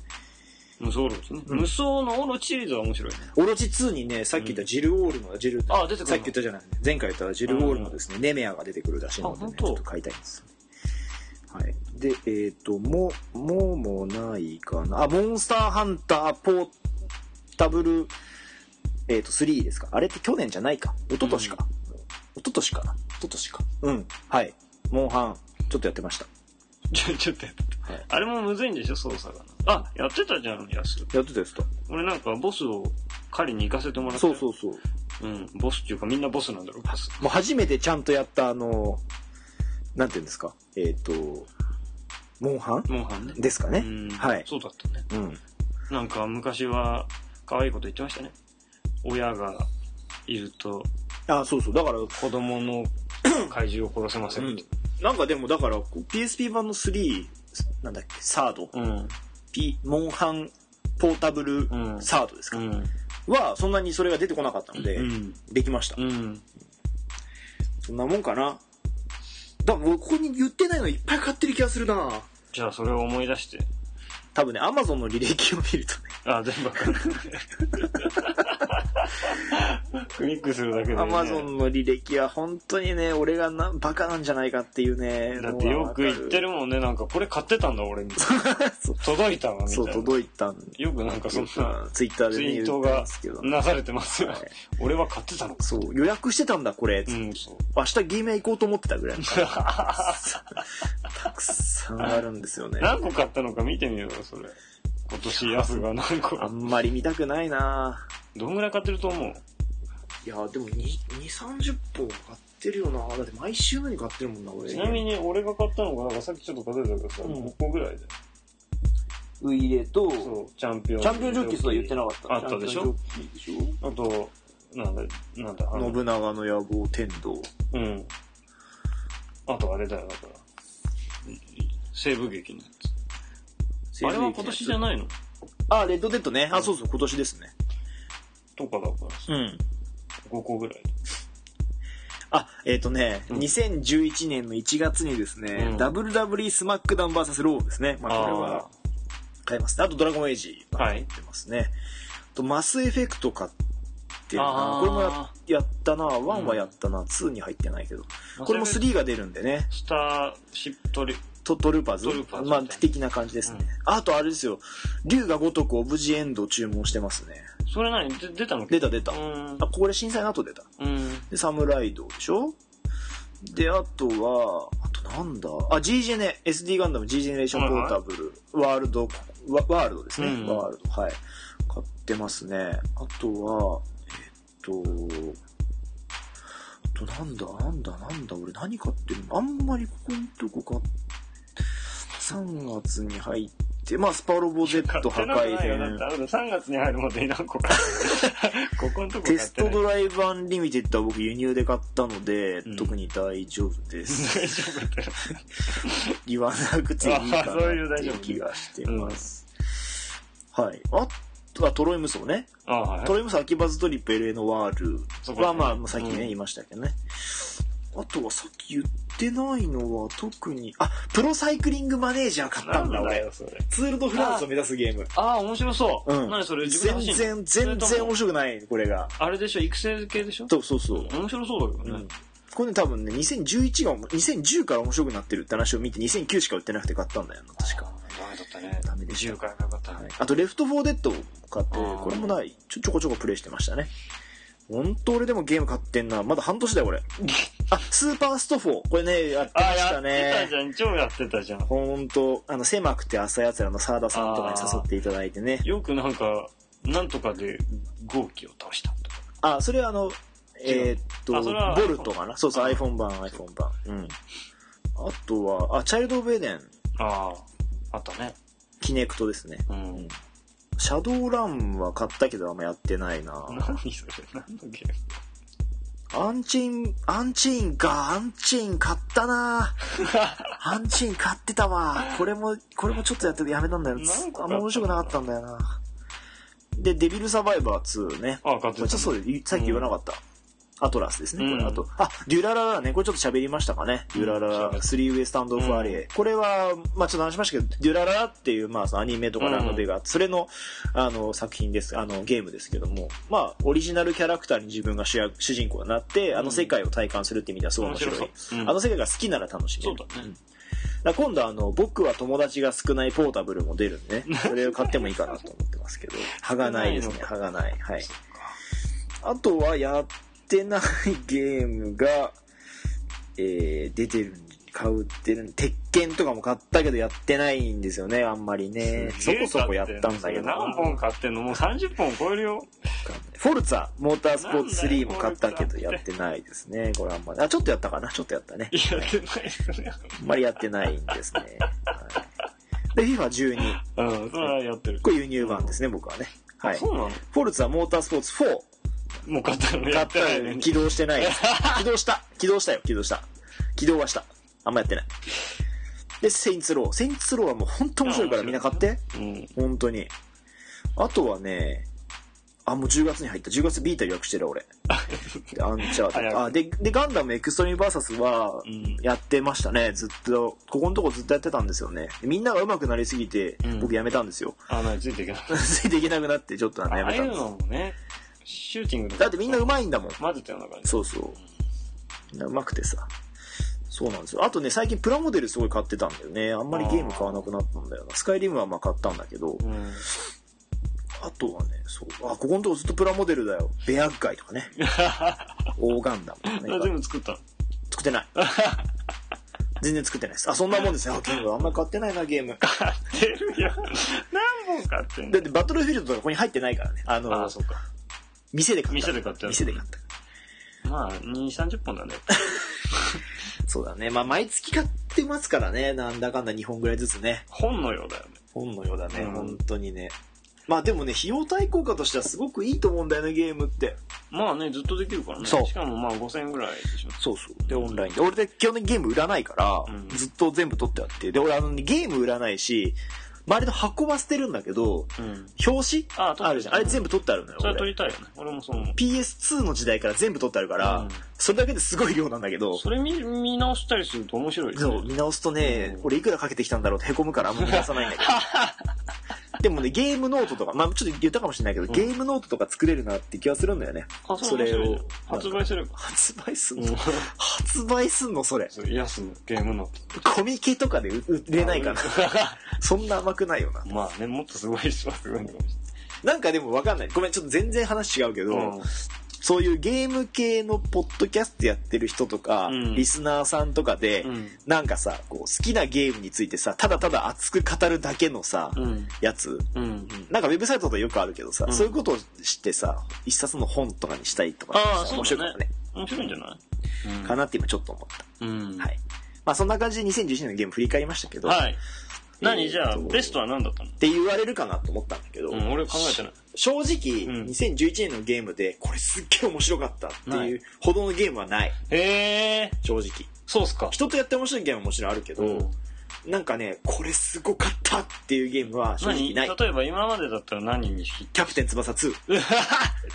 無双オロチね、うん無双のオロチシリーズは面白いねオロチ2にね、さっき言ったジルオールの、ジル、あ出てくるのさっき言ったじゃない。前回言ったジルオールのですね、ネメアが出てくるらしいので、あねち本、当ょっと買いたいんです。はい。で、えっ、と、も、ももないかな。あ、モンスターハンターポータブル、えっ、と、3ですか。あれって去年じゃないか。一昨年か。一昨年かな。一昨年か。うん。はい。モンハン、ちょっとやってました。ちょちょっとやってたはいあれもむずいんでしょ操作がなあやってたじゃんやすやってたやつと。俺なんかボスを狩りに行かせてもらってそうそうそう。う、うん、ボスっていうかみんなボスなんだろうボスもう初めてちゃんとやった、あの、なんていうんですか。えっ、と、モンハンモンハンねですかね。うんはい。そうだったねうん。なんか昔は可愛いこと言ってましたね親がいるとあ、そうそう。だから、子供の怪獣を殺せませんってなんかでも、だから、こう PSP 版の3、なんだっけ、サード、うん、 P、モンハンポータブルうんサードですか、うんは、そんなにそれが出てこなかったので、うんできました。うんそんなもんかな。だから、ここに言ってないのいっぱい買ってる気がするなじゃあそれを思い出して多分ね、アマゾンの履歴を見るとね、あ全部わ かんないクリックするだけで、ね、アマゾンの履歴は本当にね、俺がな、バカなんじゃないかっていうね。だってよく言ってるもんねなんかこれ買ってたんだ俺みたいな そう届いたわみたそ、いうな届いたんでよくなんかそんなツイッターでツね、イ言っートてたんがですけど。なされてますよ俺は買ってたのかそう、予約してたんだ、これ。うんそう明日ゲーム屋行こうと思ってたぐ らいの。たくさんあるんですよね。何個買ったのか見てみようよそれ今年やすが何個あんまり見たくないなどんぐらい買ってると思ういや、でも2、2、30本買ってるよなだって毎週のように買ってるもんな、俺。ちなみに俺が買ったのがなんかさっきちょっと数えたけどさ、うん6個ぐらいでウイレと、チそうチャンピオンャンピオンジョッキーズは言ってなかった。あったでしょチャンピオンジョッキーでしあとなんだなんだあょの信長の野望天道。うんあとあれだよだから西部劇のやつあれは今年じゃいないのあ、レッドデッドね。あ、そうそう、今年ですね。とかだからさうん。 5個ぐらいあ、えっ、とね、うん2011年の1月にですね、うん WWE スマックダウン VS ローですね。まあ、これは買いますね。あとドラゴンエイジが入ってますね。とマスエフェクト買ってるなあ。ーこれもややったな。1はやったな。2に入ってないけど。あこれもそ3が出るんでね。スターシップトリトトルーパーズトルーパーズまあ、的な感じですね。うんあとあれですよ。竜が如くオブジェエンドを注文してますね。それ何で出たの出た出たう。んあ、これ震災の後出た。うんで、サムライドでしょで、あとは、あとなんだあ、G ジェネ、SD ガンダム G ジェネレーションポータブル、ワールド、ワワールドですね、うんワールド。はい。買ってますね。あとは、えっと、あとなんだ、なんだ、なんだ、俺何買ってるのあんまりここのとこ買っ3月に入って、まあ、スパロボ Z 破買ってなく壊ないよ編。だって3月に入るまでに何個か ここのとこ買テっスてなトいドライブアンリミテッドは僕輸入で買ったので、うん特に大丈夫です。大丈夫だよ言わなくていいかなってあそういう大い丈う夫気がしてます。はい。あとはトロイムソーね。あはいトロイムソー、秋葉ズトリップ、LN ワールそこはまあ、さっきね、うん言いましたけどね。あとはさっき言っしてないのは特に、あ、プロサイクリングマネージャー買ったんだ、俺。よ、それ。ツールドフランスを目指すゲーム。ああ、面白そう。うん何それ、自全分で走んの然、全それ然とも面白くない、これが。あれでしょ、育成系でしょそうそうそう。面白そうだけうどんね。これね、多分ね、2011が、2010から面白くなってるって話を見て、2009しか売ってなくて買ったんだよな、確か。あー。ダメだったね。ダメでした10回なかった。はいあと、レフト・フォー・デッドを買って、あーこれもない、ちょ、ちょこちょこプレイしてましたね。ほんと俺でもゲーム買ってんな。まだ半年だよ、これ。あ、スーパースト4。これね、やってま あー、しやたってたねじ。ゃん。超やってたじゃん。ほんと、あの、狭くて浅い奴らの沢田さんとかに誘っていただいてね。よくなんか、なんとかで号機を倒したとか。あ、それはあの、違えーうっと、あそれはボルトかな。そうそう、あ iPhone 版、iPhone 版。うん。あとは、あ、チャイルド・オブ・エデン、ああ、あったね。キネクトですね。うん。シャドーランは買ったけどあんまやってないな。何それ何のゲームアンチーン、アンチーンか、アンチーン買った なアンチーン買ってたわ。これも、これもちょっとやっててやめたんだよ。なんか買ったあんま面白くなかったんだよな。で、デビルサバイバー2ね。あ、買ってこれた。ちょっとそうですさっき言わなかった。アトラスですね。これ、うんあと、あ、デュラララね。これちょっと喋りましたかね。うデんュララ喋ラ、っスリーウェイスタンドオフアリエ。これは、まあちょっと話しましたけど、デュラララっていう、まあそのアニメとかラノベが、それの、あの、作品です、あの、ゲームですけども、まあオリジナルキャラクターに自分が主役、主人公になって、あの世界を体感するって意味ではすごい面白い。面白そううんあの世界が好きなら楽しめそるう。だね。だから今度あの、僕は友達が少ないポータブルも出るんでね、それを買ってもいいかなと思ってますけ ど、歯がないですね、歯がない。はい。あとはやってないゲームが、えー、出てる、買うってる、鉄拳とかも買ったけどやってないんですよね、あんまりね。そこそこやったんだけどな。何本買ってんのもう30本超えるよ。フォルツァ、モータースポーツ3も買ったけどやってないですね、これあんまり。あ、ちょっとやったかな、ちょっとやったね。いや、やってないですね。あんまりやってないんですね。はい、で、FIFA12。うん、それはやってる。これ輸入版ですね、僕はね。はあい。そうなのフォルツァモータースポーツ4。もう買ったの買やっってないのたに。起動して ない。起動した。起動したよ、起動した。起動はした。あんまやってない。で、セインツロー。セインツローはもう本当面白いからみんな買って。うん。本当に。あとはね、あ、もう10月に入った。10月ビータ予約してる 俺。で、アンチャーテッド。あ、で、で、ガンダムエクストリームバーサスはうん、やってましたね。ずっと、ここのとこずっとやってたんですよね。みんなが上手くなりすぎてう、ん僕やめたんですよ。あ、なについて いけない。ついていけなくなって、ちょっとああのやあめいたんうです。のもね、シューティングとかだってみんな上手いんだもん。混ぜたような感じ。そうそう。みんな上手くてさ。そうなんですよ。あとね、最近プラモデルすごい買ってたんだよね。あんまりゲーム買わなくなったんだよな。スカイリムはまあ買ったんだけど、うん。あとはね、そう。あ、ここのとこずっとプラモデルだよ。ベアッガイとか ね。オーガンダムとかね。あ全部作 ったの作って ない。全然作ってないです。あ、そんなもんですよ。あゲームあんまり買ってないな、ゲーム。買ってるよ。何本買ってんだっのてバトルフィールドとかここに入ってないからね。ああのあ、、そうか。店で買った。店で買ったやつ店で買った。まあ、2、30本だね。そうだね。まあ、毎月買ってますからね。なんだかんだ2本ぐらいずつね。本のようだよね。本のようだね。うん本当にね。まあでもね、費用対効果としてはすごくいいと思うんだよね、ゲームって。まあね、ずっとできるからね。そうしかもまあ5000円ぐらいでしょ。そうそう。で、オンラインで。俺で基本的にゲーム売らないから、うんずっと全部取ってあって。で、俺あの、ゲーム売らないし、周りの箱は捨てるんだけど、うん。表紙あ取ってるあるじゃん。あれ全部取ってあるのよ。それは俺取りたいよね。俺もそう思う。 PS2 の時代から全部取ってあるから、うんそれだけですごい量なんだけど、それ見見直したりすると面白いですそねう、。見直すとね、うん俺いくらかけてきたんだろうって凹むからあんま見直さないんだけど。 でもね、ゲームノートとか、まあちょっと言ったかもしれないけど、んゲームノートとか作れるなって気はするんだよね。あ、そうそ面白れいをね。発売すれば。発売すんうのん。発売すんのそれ。そう癒やすの、ゲームの。コミケとかで売売れないかな。そんな甘くないよな。 まあね、もっとすごい人はすごいのかもしなんかでもわかんない。ごめん、ちょっと全然話違うけど、れない。うんそういうゲーム系のポッドキャストやってる人とか、うんリスナーさんとかで、うんなんかさ、こう好きなゲームについてさ、ただただ熱く語るだけのさ、うん。やつ、うん。なんかウェブサイトとかよくあるけどさ、うんそういうことを知ってさ、一冊の本とかにしたいとかさ、ああ、面そう白いだかもねね。。面白いんじゃないかなって今ちょっと思った。うん。はい。まあそんな感じで2011年のゲーム振り返りましたけど、っはい。え何ーじゃあ、とベストは何だったのて言われるかなと思ったんだけど、うん、俺考えてない。正直、うん2011年のゲームで、これすっげえ面白かったってないいうほどのゲームはない、ええー、正直。そうっすか。人とやって面白いゲームはもちろんあるけど、うんなんかね、これすごかったっていうゲームは正何直ない。例えば今までだったら何に引き キャプテン翼2、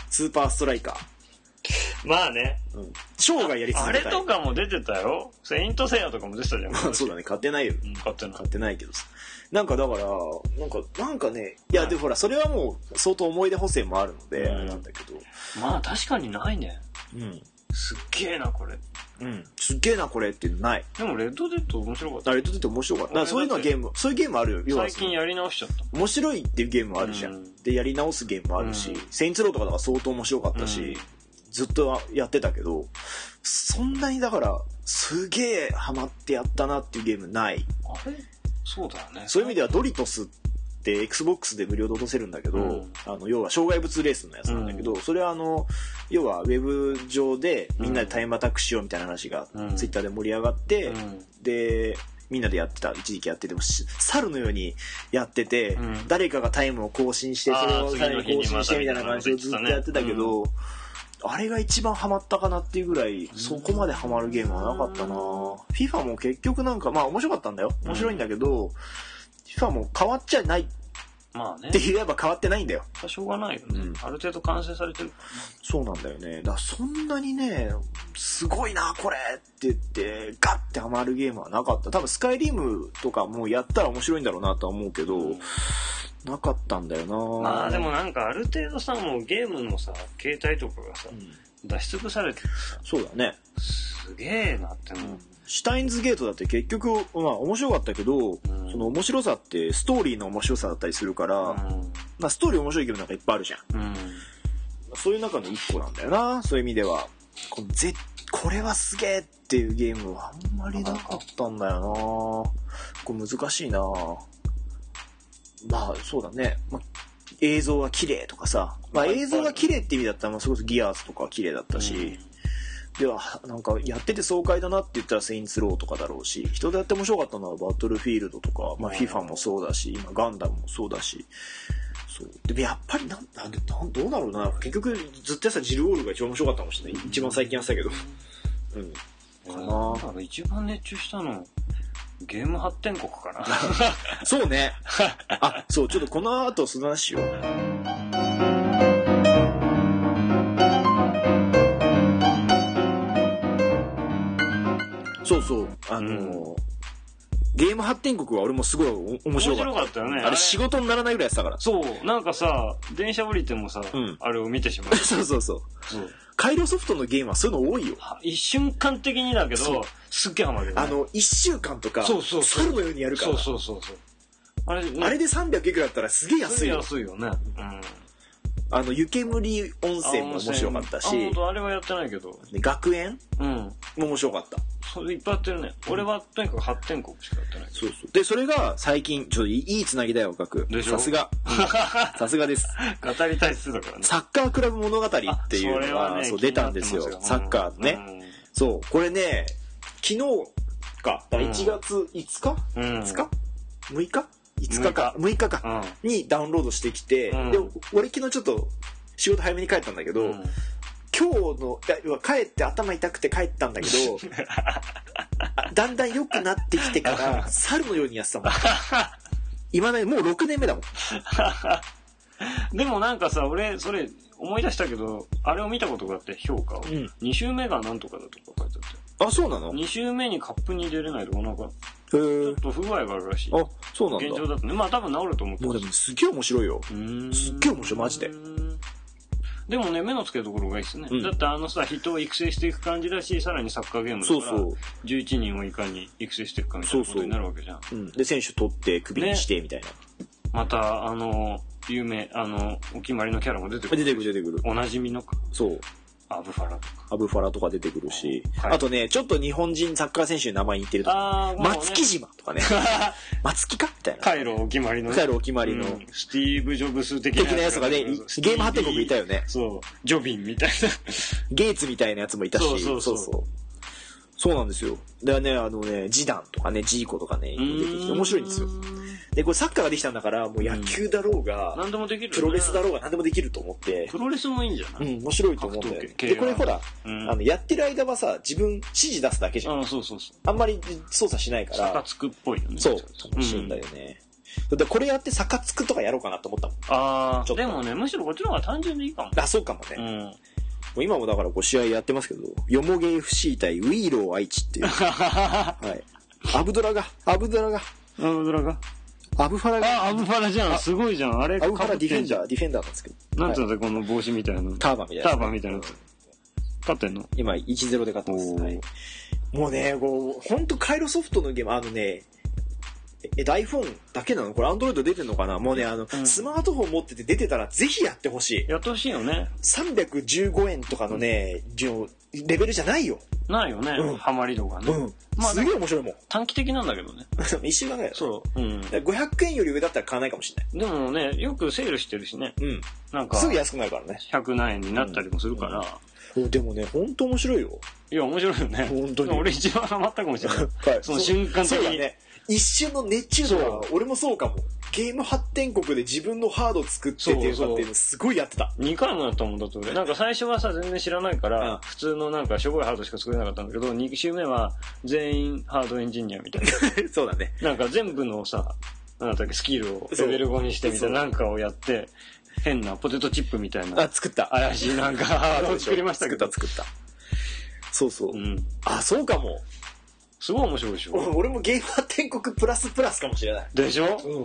スーパーストライカー、まあね。うん、生涯やり続あけれたいとかも出てたよ。セイントセイヤとかも出てたじゃん。まあ そうだね買ってないようん。勝手な買。ってないけどさなんかだからなんかなんかねいやはいでもほらそれはもう相当思い出補正もあるのでうんあれなんだけどまあ確かにないね。うん、すっげえな、これ。うん、すっげえなこれっていうのないでも、レッドデッド面白かっあた。れとって面白かっただからそういうのはゲームそういうゲームあるよ要は最その近やり直しちゃった。面白いっていうゲームもあるじゃん、うんでやり直すゲームもあるし、うんセインツローとかだから相当面白かったし、うんずっとやってたけどそんなにだからすげえハマってやったなっていうゲームないあれそうだよね。そういう意味ではドリトスって XBOX で無料で落とせるんだけど、うんあの要は障害物レースのやつなんだけど、それはあの要はウェブ上でみんなでタイムアタックしようみたいな話がうんツイッターで盛り上がって、うん。でみんなでやってた一時期やっててもし猿のようにやってて、うん誰かがタイムを更新してそれあーを次さらのに日に更新してみたいな感じでずっとやってたけど、あれが一番ハマったかなっていうぐらいそこまでハマるゲームはなかったな、うん FIFA も結局なんかまあ面白かったんだよ面白いんだけど、FIFA も変わっちゃないっまあねて。言えば変わってないんだよそれはしょうがないよね。うんある程度完成されてる。そうなんだよねだからそんなにねすごいなこれって言ってガッてハマるゲームはなかった多分スカイリムとかもやったら面白いんだろうなとは思うけど、なかったんだよなまあでもなんかある程度さ、もうゲームのさ、携帯とかがさう、ん出し尽くされててさ、そうだねすげえなって思う。シュタインズゲートだって結局、まあ、面白かったけど、んその面白さってストーリーの面白さだったりするから、まあ、ストーリー面白いゲームなんかいっぱいあるじゃんうん。うん。そういう中の一個なんだよなそういう意味ではこのぜこれはすげえっていうゲームはあんまりなかったんだよなこれ難しいなまあそうだね、まあ、映像が綺麗とかさ、まあ、映像が綺麗って意味だったらまあそれこそギアーズとかは綺麗だったし、ではなんかやってて爽快だなって言ったら「セインツロー」とかだろうし人でやって面白かったのは「バトルフィールド」とか、まあ、うん FIFA もそうだし今「ガンダム」もそうだしそうでもやっぱりなんなんでなんどうだろうな結局ずっとやってたジル・オールが一番面白かったかもしれない一番最近やってたけどうんうん。かななんか一番熱中したの、ゲーム発展国かな。そう ねあそうちょっとこの後その話をそうそうあのーうゲーム発展国は俺もすごいお面白かった面白かったよねあれ仕事にならないぐらいやってたから そう、なんかさ、電車降りてもさ、うんあれを見てしまう。そうそうそうそう。改良ソフトのゲームはそういうの多いよは一瞬間的にだけそうど、すっげえハマるよ、ね。あ、の1週間とかそうそうそう猿のようにやるからそうそうそうそう。あれ、あれでで300いくらだったらすげえ安いよ安いよね。うん。あの湯煙温泉も面白かったあし本当あれはやってないけど。で学園うん。も面白かったそれいっぱいやってるね。俺はとにかく発展国しかやってない。そうそう。で、それが最近、ちょっといいいいつなぎだよ、学。でしょさすが。さすが です。 語りたい数だからね。サッカークラブ物語ってあいうのが、そう、気出になたっんてでますよ。サッカーね。。そう、これね、昨日か、だから1月5日、うん。うん ?5 日 ?6 日 ?5 日か、6日か、うにダウンロードしてきて、うんで、俺昨日ちょっと、仕事早めに帰ったんだけど、ん。うん今日のいや要は帰って頭痛くて帰ったんだけ どあだんだん良くなってきて から猿のようにやってたもん今ねもう6年目だもんでもなんかさ、俺、それ思い出したけど、あれを見たことがあって、評価を。うん2周目がなんとかだとか書いてあって。あそうなのへ2周目にカップに出れないとお腹、ちょえっと不具合があるらしい。あそうなん現だ状だとね。まあ多分治ると思うけもどうでもすっげえ面白いようーんすっげえ面白いマジででもね、目の付けどころがいいっすね。うんだってあのさ、人を育成していく感じだし、さらにサッカーゲームだそうから、そう、 11人をいかに育成していくかみたいなことになるわけじゃん。うん、で選手取ってクビにしてみたいな、また、あの、有名、あの、お決まりのキャラも出てく出る。てくる出てくるおなじみのかそうアブファラとか。アブファラとか出てくるし、はいあとねちょっと日本人サッカー選手に名前似てるとかあー、もうね松木島とか ね松木かみたいなカイロお決まりのね。帰るお決まりの、うんスティーブ・ジョブス的な的なやつがね、ゲスティーム発展国いたよね。そう、ジョビンみたいな。ゲイツみたいなやつもいたし、そうそうそうそうそうなんですよ。でね、あのね、ジダンとかね、ジーコとかね、出てきて面白いんですよう。ーんで、これサッカーができたんだから、もう野球だろうが、何でもできる、プロレスだろうが何でもできると思ってプ、ロレスもいいんじゃなうい、ん、面白いと思うんだよね格闘。系で、これほら、うんあの、やってる間はさ、自分指示出すだけじゃん。あそうそうそう。あんまり操作しないか坂ら、つくっぽいよね。そう、楽しいんだよね。だってこれやってサカつくとかやろうかなと思ったもん。あちょあ、っとでもね、むしろこっちの方が単純でいいかも。あ、そうかもね。うん。う今もだからこう試合やってますけど、よもげ FC 対ウィーロー愛知 っていう。はい。アブドラが、アブドラが、アブドラが。アブファラが、あ、アブファラじゃん。すごいじゃん。あれ、アブファラディフェンー。ダー、ディフェンダーなんですけど。なんつうはんだ、この帽子みたいなの。いタターバンみたいな。ーバンみたいなやつ。立ってんの今1-0で勝ってます。おーはいもうね、こう、ほんとカイロソフトのゲーム、あのね、え、え iPhone だけなのこれ Android 出てんのかなもうね、あの、うんスマートフォン持ってて出てたらぜひやってほしい。やってほしいよね。 315円とかのね、じょレベルじゃないよ。ないよねうん。ハマり度がうねん。。まあすげえ面白いもん。短期的なんだけどね。 一週間ぐらいだねそう。うん。だから500円より上だったら買わないかもしれでもね、よくセールしてるしね。ない。うん。なんか、すぐ安くなるからね。 100何円になったりもするかうら。うんでもね、ほんと面白いよ。いや、面白いよね。本当に俺一番ハマったかもしれない。はいその瞬間的そうだに。ね。一瞬の熱中度はそ俺もそうかも。ゲーム発展国で自分のハード作ってっていうそかうそうっていうのすごいやってた。 2回もやったもんだって俺。なんか最初はさ、全然知らないかうんら、普通のなんかしょぼいハードしか作れなかったんだけど、2周目は全員ハードエンジニアみたい な。そうだね。なんか全部のさ、なんだったっけ、スキルをそうレベル5にしてみたいそななんかをやって、変なポテトチップみたいあな、、作った。怪しいなんかハードを作りましたけど。作った、作った。そうそう。うん。あ、そうかも。すごい面白いでしおょ。俺もゲーム発展国プラスプラスかもしれない。でしょうん。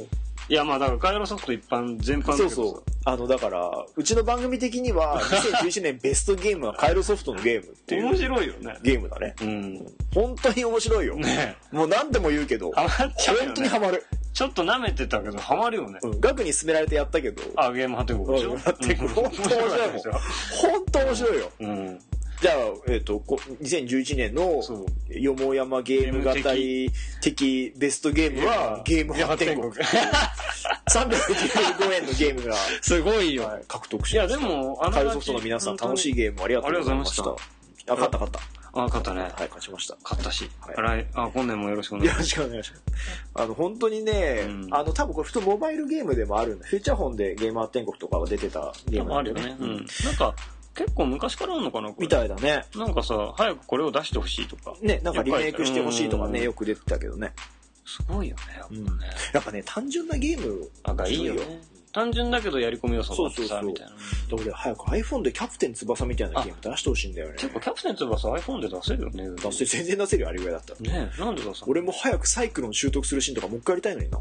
いや、まあだからカイロソフト一般全般だけそどうさそう。あの、だから、うちの番組的に は、2011年ベストゲームはカイロソフトのゲームってい面う白いよね。ゲームだね。うん。本当に面白いよ。ねもう何でも言うけど、ハマっちゃうよね。本当にハマる。ちょっと舐めてたけど、ハマるよね。うん。額に勧められてやったけど、あ、ゲームハテゴでしょうんハテゴうん面白いもんかったでしょ本当面白いよ。うん。じゃあ、えっ、と、こ2011年のそう、よもやまゲーム語り的ベストゲームは、ゲーム発展国。395円のゲームがすごいよ。獲得しいまや、した。でも、あカイロソフトの皆さん楽しいい。ゲームありがとうございました。ありがとうごあ、勝った勝った。あ、勝ったね。はい、勝ちました。勝ったし。はい来あ、今年もよろしくお願いよしまろしくお願いします。あの、本当にね、うんあの、多分これ、ふとモバイルゲームでもあるんだ。フューチャーホンでゲームー天国とかが出てたす。ゲームもなあんるだよね。ううんん。なんか、結構昔からあるのかなこれみたいだね。なんかさ、早くこれを出してほしいとか。ね、なんかリメイクしてほしいとかうね、んよく出てたけどね。すごいよね、やっぱね。やっぱね、単純なゲーム、なんかいいよね。単純だけどやり込み要素があってそうそうさ、そうみたいな。で俺早く iPhone でキャプテン翼みたいなゲーム出してほしいんだよね。結構キャプテン翼 iPhone で出せるよね。出せ全然出せるよ、あれぐらいだったら。ねなんで出さん俺も早くサイクロン習得するシーンとかもう一回やりたいの にな。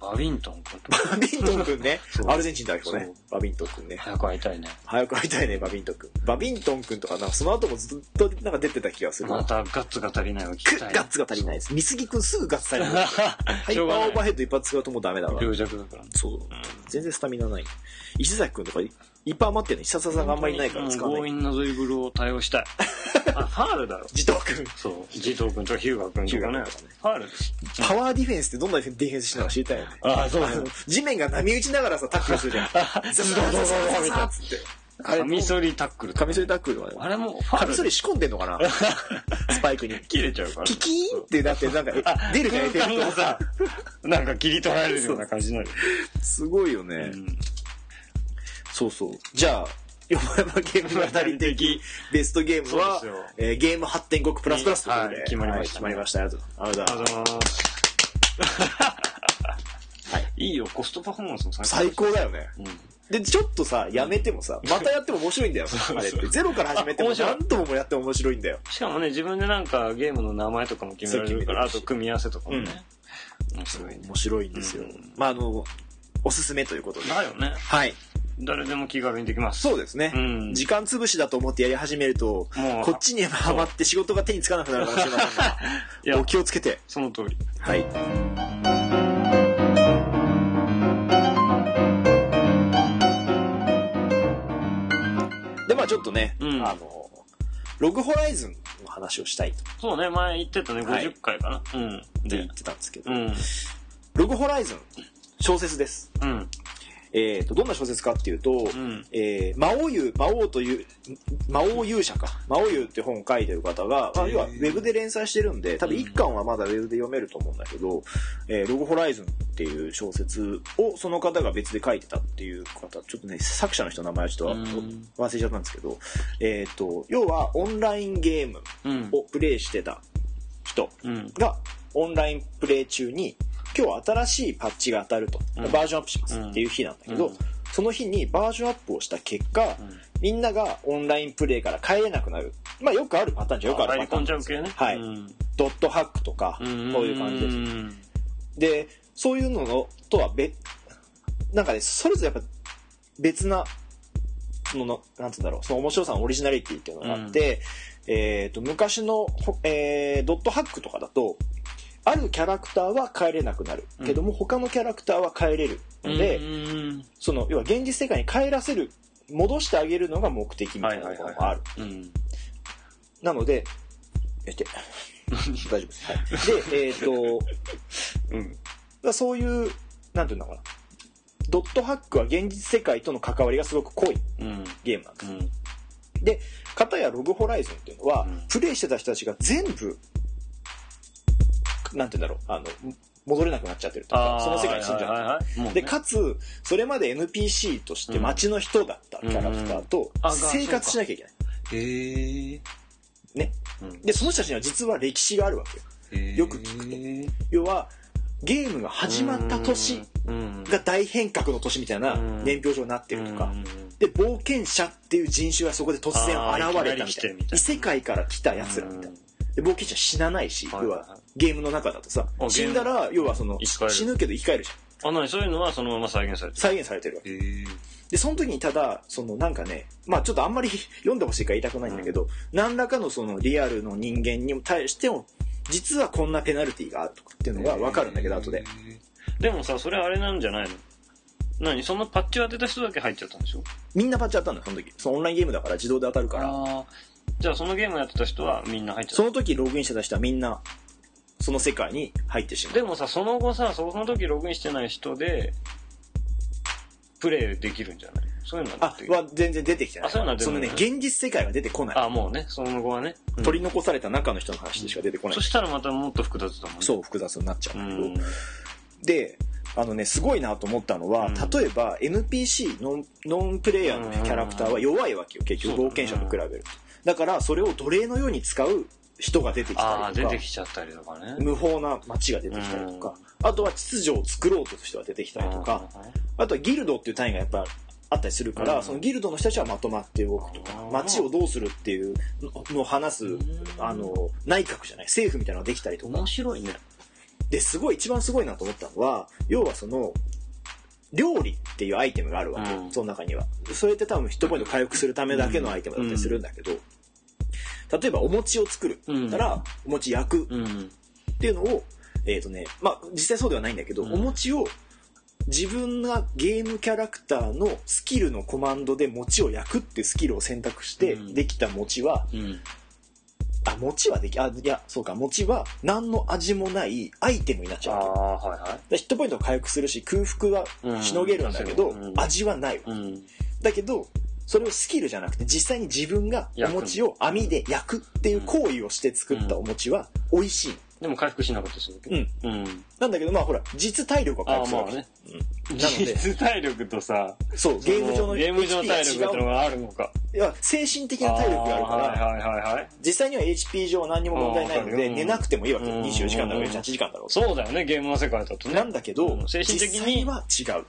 バビントンかと。バビントンくんね そ。うアルゼンチン代表ねそバう。ビントンくんね。早く会いたいね。早く会いたいね、バビントンくん。バビントンくんとか、なんかその後もずっとなんか出てた気がする。またガッツが足りないわ、聞くきたい。ガッツが足りないです。三杉くんすぐガッツ足りない。ハイ しパょうがなーいオーバーヘッド一発使うともうダメだから。病弱だからね。そう。全然スタミナない。石崎くんとかいいっぱい余ってるの。石崎さんがあんまりいないから使わ強ない。引なドリブルを対応したい。 あ、ファールだろ。自動くん。そう。ジトー君とヒューガ君とかねヒューガ君とかね。ファールです。パワーディフェンスってどんなディフェンスしてるのか知りたいよね。あ、そあの。地面が波打ちながらさ、タックルするじゃん。ザザザザザザつって。あれカミソリタックルとかカミソリタックルはあね。れもファカーミル。ソリ仕込んでんのかなスパイクに。切れちゃうから。キキーンってなって、なんか、え出るじゃん、エフ空間ェがクト。 さ、なんか切り取られるような感じになる。すごいよねう。んそうそう。じゃあ、横山ゲーム語り的ベストゲームはそうですよ、えーゲーム8.5プラスプラスということで。はい決まりましたはい決まりました。ありがとうございます。ありがとうございあます のーいいよ、コストパフォーマンスも最高だよね。うんで、ちょっとさ、やめてもさ、またやっても面白いんだよ、あれって。ゼロから始めても面白い何度もやっても面白いんだよ。しかもね、自分でなんかゲームの名前とかも決められるから、あそう決めれるしと組み合わせとかもね。面白いね。面白いんですよ。うんまあ、あの、おすすめということで。だよね。はい。誰でも気軽にできます。そうですね。うん時間潰しだと思ってやり始めるとも、うこっちにハマって仕事が手につかなくなるかもしれませんが、 いやお、気をつけて。その通り。はい。で、まあちょっとね、うんあの、ログホライズンの話をしたいとそうね、前言ってたね、はい50回かな。うん。言でっ、てたんですけど、うん。ログホライズン、小説です。うん。えー、とどんな小説かっていうと、んえー魔王勇魔王というん魔王勇者か魔王勇って本を書いてる方が、まあ、へー要はウェブで連載してるんで多分一巻はまだウェブで読めると思うんだけど「えーログホライズン」っていう小説をその方が別で書いてたっていう方ちょっとね作者の人の名前はちょっとうん忘れちゃったんですけど、えー、と要はオンラインゲームうん。をプレイしてた人うん。がオンラインプレイ中に今日は新しいパッチが当たると、うんバージョンアップしますっていう日なんだけど、うんその日にバージョンアップをした結果うんみんながオンラインプレイから帰れなくなるまあよくあるパターンじゃよくあ入るりパターン込んじゃでうすよ系ね。はいんドットハックとかそういう感じですでそういうののとは別なんかねそれぞれやっぱ別なそののなんつうんだろうその面白さのオリジナリティっていうのがあって、えー、と昔のほ、えードットハックとかだとあるキャラクターは帰れなくなるけども、他のキャラクターは帰れるので、うんその要は現実世界に帰らせる戻してあげるのが目的みたいなところもあるうん。なのでえ って大丈夫です、はい、でえっ、とうん。だからそういう、なんていうのかな。ドットハックは現実世界との関わりがすごく濃いうん。ゲームなんです。うん。かたやログホライゾンっていうのは、うんプレイしてた人たちが全部、なんていうんだろう、あの、戻れなくなっちゃってるとか、その世界に死んじゃう。ゃう。もうねで、かつ、それまで NPC として街の人だったキャラクターとうんあ生活しなきゃいけない。へえ。ね。うんで、その人たちには実は歴史があるわけよ。よく聞くとく要は、ゲームが始まった年が大変革の年みたいな年表上になってるとか、で冒険者っていう人種がそこで突然現れたあーいきなりみ来たていみなたいな異世界から来たやつらみたいなで冒険者死なないし、はい要はいはいはゲームの中だとさあ死んだゲーらム要はその生き返る死ぬけど生き返るじゃんあ、なにそういうのはそのまま再現されて再現されてるわける。へえ。でその時にただそのなんかねまあちょっとあんまり読んでほしいから言いたくないんだけど、何らかのそのリアルの人間に対しても実はこんなペナルティーがあるとかっていうのが分かるんだけど後ででもさそれあれなんじゃないの何そのパッチを当てた人だけ入っちゃったんでしょみんなパッチ当たるんだよその時そのオンラインゲームだから自動で当たるからあーじゃあそのゲームやってた人はみんな入っちゃそっの時ログインしてた人はみんなその世界に入ってしまたうでもさその後さその時ログインしてない人でプレイできるんじゃないそういうのはあ出て、くるは全然出てきてない。あそういうのは出てそこのないね、現実世界は出てこない。あもうねその後はね、うん取り残された中の人の話でしか出てこないそ。したらまたもっと複雑だもんねそう、複雑になっちゃううんだけど。んで、あのね、すごいなと思ったのは、うん例えば NPC ノン、ノンプレイヤーのキャラクターは弱いわけよ、結局、そう冒だね険者と比べると。だから、それを奴隷のように使う人が出てきあたあり出とてか、きちゃったりとかね無法な街が出てきたりとか、あとは秩序を作ろうとする人が出てきたりとか、あとはギルドっていう単位がやっぱあったりするから、うんそのギルドの人たちはまとまって動くとかうん街をどうするっていうのを話す、うんあの内閣じゃない政府みたいなのができたりとか面白いねですごい一番すごいなと思ったのは要はその料理っていうアイテムがあるわけ、うんその中にはそれって多分ヒットポイント回復するためだけのアイテムだったりするんだけど、例えばお餅を作るうんならお餅焼くうんっていうのを、えーとねまあ、実際そうではないんだけど、うんお餅を自分がゲームキャラクターのスキルのコマンドで餅を焼くっていうスキルを選択してうんできた餅は、うんあ餅はできあいやそうか餅は何の味もないアイテムになっちゃうあわけだかあはいはいらヒットポイントは回復するし空腹はしのげるんだけど、うん味はないわうんだけどそれをスキルじゃなくて実際に自分がお餅を網で焼くっていう行為をして作ったお餅は美味しいでも回復しなかったりするわけうんうんなんだけどまあほら実体力は回ああ復するまわあけねうんなので実体力とさそう、ゲーム上のゲーム上の HP が体力って違のう。があるのかいや、精神的な体力があるかあら、ーはいはいはいはい実際には HP 上は何にも問題ないのあーわかるで、よ寝なくてもいいわけよ。うん24時間だろうが、8時間だろそうだよねゲームの世界だとうねなんだけど、うん精神的実際には違う。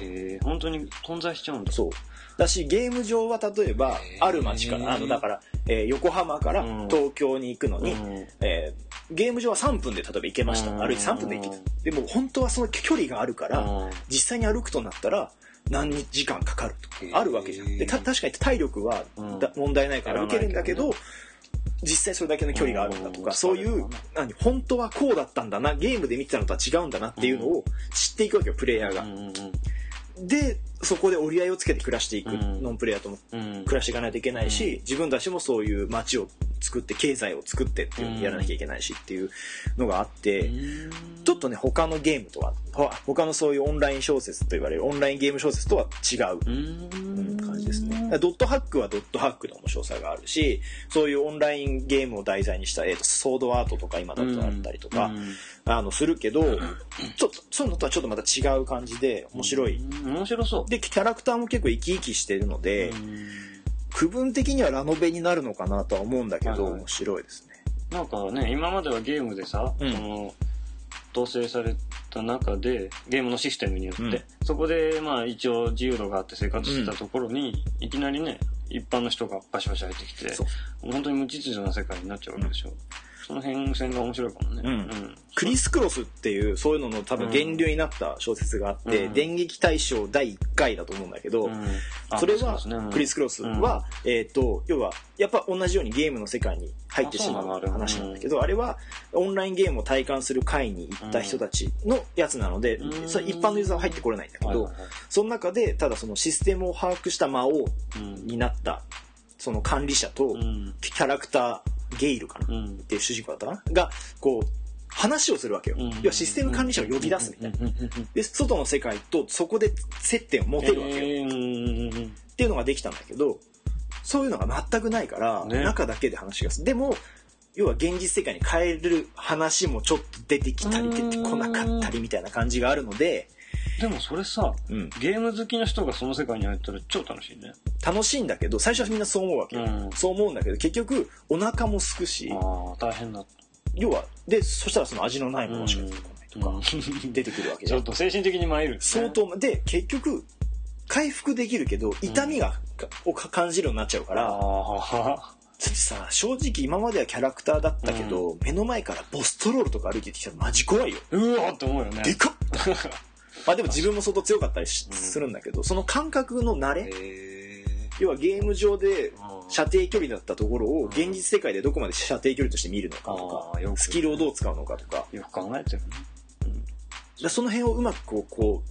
へえ本当に混在しちゃうんだそう。だし、ゲーム上は例えばへ、ーある街から、あの、だから、えー横浜からうん東京に行くのに、うんえーゲーム上は3分で例えば行けました。うん歩いて3分で行けた。でも本当はその距離があるから、うん実際に歩くとなったら何日時間かかるとへかーあるわけじゃんでた確かに体力はうんだ問題ないから歩けるんだけど、やら実際それだけの距離があるんだとうんかそういそうだうよね何本当はこうだったんだなゲームで見てたのとは違うんだなっていうのを知っていくわけよプレイヤーうが。んでそこで折り合いをつけて暮らしていく、うんノンプレイヤーともうんうん暮らしていかないといけないし、自分たちもそういう街を作って経済を作ってっていうのをやらなきゃいけないしっていうのがあって。うんちょっとね、他のゲームとは、ほ他のそういうオンライン小説と言われるオンラインゲーム小説とは違う、ううんん感じですね。だからドットハックはドットハックの面白さがあるし、そういうオンラインゲームを題材にした、えーとソードアートとか今だとあったりとか、うんあの、するけど、ちょっと、そういうのとはちょっとまた違う感じで面白い。うん面白そうで、キャラクターも結構生き生きしてるので、うん区分的にはラノベになるのかなとは思うんだけど、はいはい面白いですね。なんかね今まではゲームでさ、うんその同棲されった中で、ゲームのシステムによって、うんそこで、まあ一応自由度があって生活してたところに、いきなりね、一般の人がバシバシ入ってきて、そう本当に無秩序な世界になっちゃうわけでしょ。その辺線が面白いかもね。うんクリス・クロスっていうそういうのの多分源流になった小説があって、うん電撃大賞第1回だと思うんだけど、うんあそれうはですねうんクリス・クロスは、えっ、と要はやっぱ同じようにゲームの世界に入ってしまあそうなのあうれ話なんだけどあれはオンラインゲームを体感する会に行った人たちのやつなので、うんそれ一般のユーザーは入ってこれないんだけど、はいはいはいその中でただそのシステムを把握した魔王うんになったその管理者と、うんキャラクターゲイルかな、うっんていう主人公だったかながこう話をするわけよ、うん要はシステム管理者を呼び出すみたいな、うんうんうんで外の世界とそこで接点を持てるわけよ、えーうんうんうんっていうのができたんだけどそういうのが全くないから、ね中だけで話がするでも要は現実世界に変える話もちょっと出てきたりう出ーんてこなかったりみたいな感じがあるので、でもそれさ、うん、ゲーム好きの人がその世界に入ったら超楽しいね。楽しいんだけど最初はみんなそう思うわけよ、うんそう思うんだけど結局お腹もすくしああ、大変だ。要はでそしたらその味のないものしか出てこないとか、うん出てくるわけじ ちゃょんっと精神的に参る、ね。相当で結局回復できるけど痛みが、かをか感じるようになっちゃうから、あだってさ正直今まではキャラクターだったけど、目の前からボストロールとか歩いてきたらマジ怖いよ、ーうわーって思うよね。で かっまあでも自分も相当強かったりしするんだけどその感覚の慣れえ要はゲーム上でー射程距離だったところをうん現実世界でどこまで射程距離として見るのかあとーよかくスキルをどう使うのかとかだかよく考えてるね。らその辺をうまくこうこ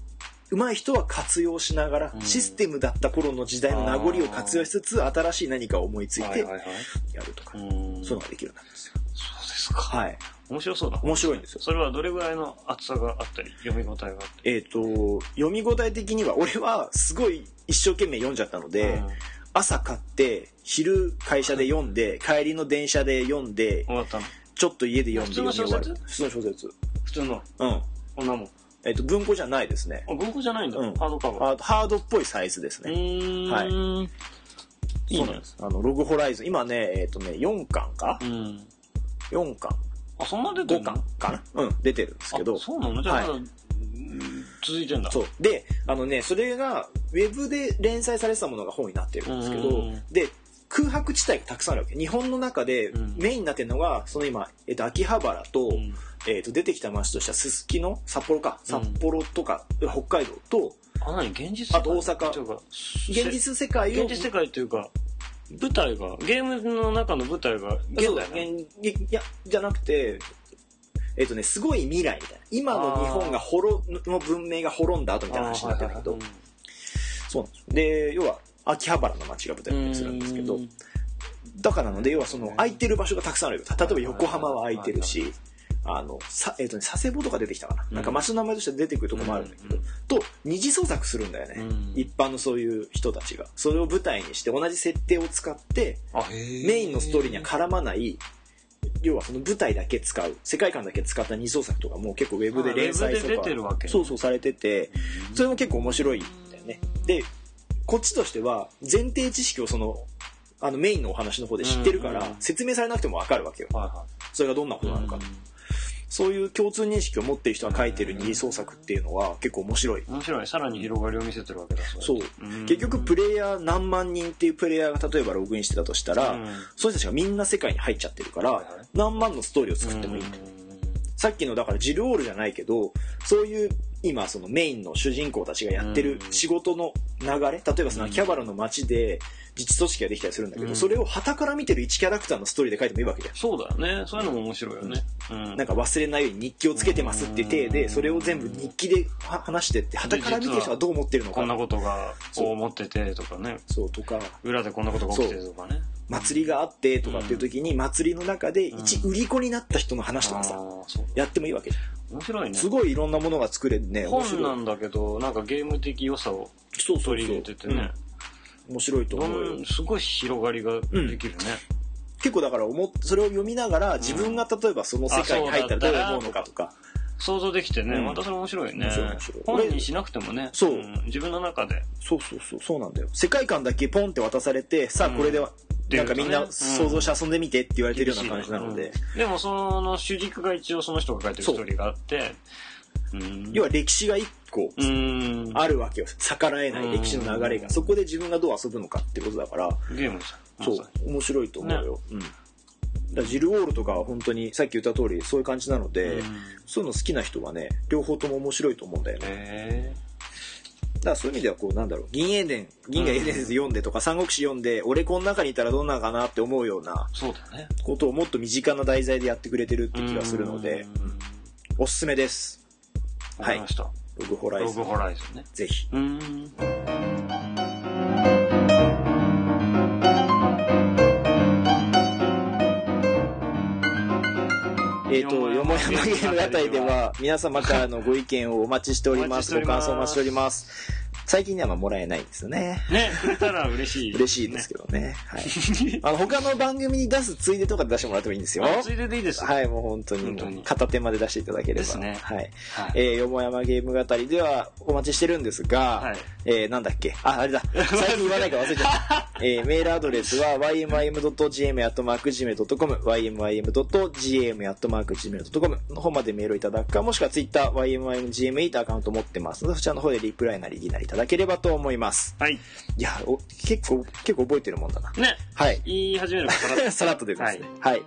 う上手い人は活用しながらうんシステムだった頃の時代の名残を活用しつつ新しい何かを思いついはていやはいはい。るとかうそん。ういうのそうができるようになるんですよですか。はい面白そうだ。面白いんですよそれはどれぐらいの厚さがあったり、読み応えがあったり。えー、と読み応え的には俺はすごい一生懸命読んじゃったので、うん朝買って昼会社で読んで帰りの電車で読んで終わったのちょっと家で読んで普通の読み終わる普通の小説普通の、うん、こんなもん。えー、と文庫じゃないですねあ、文庫じゃないんだ。うんハードカバー。あハードっぽいサイズですうね、ーん。はいいいそうなんねで。すあのログホライズン今ねえっ、とね4巻かうん。 4巻あ、そんな出て5んの巻かなうん出てるんですけどあそうなのじゃあ、はいまだうん続いてんだ。そうであのねそれがウェブで連載されてたものが本になってるんですけど、うんで空白地帯がたくさんあるわけ日本の中でうんメインになってるのがその今、えっと、秋葉原と,、うん。えっと出てきた町としてはすすきの札幌かうん札幌とか、北海道とあ、何現実世界あと大阪というか、現実世界せを現実世界というか、舞台が、ゲームの中の舞台が、現そうだ代なの現いやじゃなくて。えっとね、すごい未来みたいな今の日本が滅の文明が滅んだ後みたいな話になってるんだけど、あーはいはいそうなんですよで要は秋葉原の街が舞台だったりするんですけどうんだからなので要はその空いてる場所がたくさんあるよ例えば横浜は空いてるはしあのさ、えっとね、佐世保とか出てきたかな,、なんか街の名前として出てくるとこもあるんだけど、うんと二次創作するんだよね、うん一般のそういう人たちがそれを舞台にして同じ設定を使ってあへメインのストーリーには絡まない要はその舞台だけ使う世界観だけ使った二次創作とかも結構ウェブで連載あウェブで出てるわとけかそうそうされててそれも結構面白いんだよねでこっちとしては前提知識をそのあのメインのお話の方で知ってるかうんら説明されなくても分かるわけよはいはそれがどんなこい。となのかそういう共通認識を持ってる人が書いてる二次創作っていうのは結構面白い面白い。さらに広がりを見せてるわけだ、そう結局プレレイヤー何万人っていうプレイヤーが例えばログインしてたとしたら、うんそういう人たちがみんな世界に入っちゃってるかはいはらい何万のストーリーを作ってもいいんだよさっきのだからジルオールじゃないけどそういう今そのメインの主人公たちがやってるうん仕事の流れ例えばそのうん秋葉原の街で自治組織ができたりするんだけうどんそれを傍から見てる1キャラクターのストーリーで書いてもいいわけじゃんそうだよね。そういうのも面白いよね。うんなんか忘れないように日記をつけてますっていう体うでんそれを全部日記では話してって傍から見てる人がどう思ってるのこんなかことが、こう思っててとかね。そうとか裏でこんなことが起きてるとかね。祭りがあってとかっていう時に祭りの中で一売り子になった人の話とかあさーそうやってもいいわけじゃ面白いんねす。ごいいろんなものが作れるね面本白ないんだけど、なんかゲーム的良さをそうそう取りそ入れうててね。うん面白いと思うようんすごい広がりができるね。結構だから思っそれを読みながら自分が例えばその世界に入ったらどう思うのかとか、想像できてね、うんまたそれ面白いね面白い面白い。本にしなくてもね。そうん自分の中で。そうそうそうそうなんだよ世界観だけポンって渡されてさあうんこれでは、出なるんとかねみんな想像して遊んでみてって言われてるような感じなので、うんでもその主軸が一応その人が書いてるストーリーがあって、うん要は歴史が一個うんあるわけよ。逆らえない歴史の流れうが。んそこで自分がどう遊ぶのかってことだから、ゲームじゃんそうまさ、面白いと思うよ。うん。だからジル・ウォールとかは本当に、さっき言った通り、そういう感じなのにで、うんそういうの好きな人はね、両方とも面白いと思うんだよね。えだからそういう意味では、こう、なんだろう、銀英伝、銀河英伝説読んでとか、三国志読んで、俺この中にいたらどんなのかなって思うようなーそうだねことをもっと身近な題材でやってくれてるって気がするのでうん、おすすめです。わかりましたログホライロズグン。ホライズンねぜひ。うんえっ、と、よよもやまもやまゲゲーームムああたたりりでではは、皆様からのご意見をお待ちしております。おご待ちしておりま感す想お待ちしております。最近にはまあもらえないんですよね。ねくれたら嬉しい嬉しいですけどね。 はい。あの、他の番組に出すついでとかで出してもらってもいいんですよ。あついででいいですはい、もう本当に本当に片手まで出していただければ。ですねはい。はいえー、よもやまゲーム語りではお待ちしてるんですが、はいえー、なんだっけあ、あれ だ。最近言わないから忘れちゃった。えー、メールアドレスは ym.gm.gmail.com、ym.gm.gmail.com の方までメールをいただくか、もしくは Twitter、ymymgme とアカウント持ってますので、そちらの方でリプライなりリなりいただければと思います。はいいや、お結構、結構覚えてるもんだな。ねはい。 言い始めるからさらっと出てますね。はい。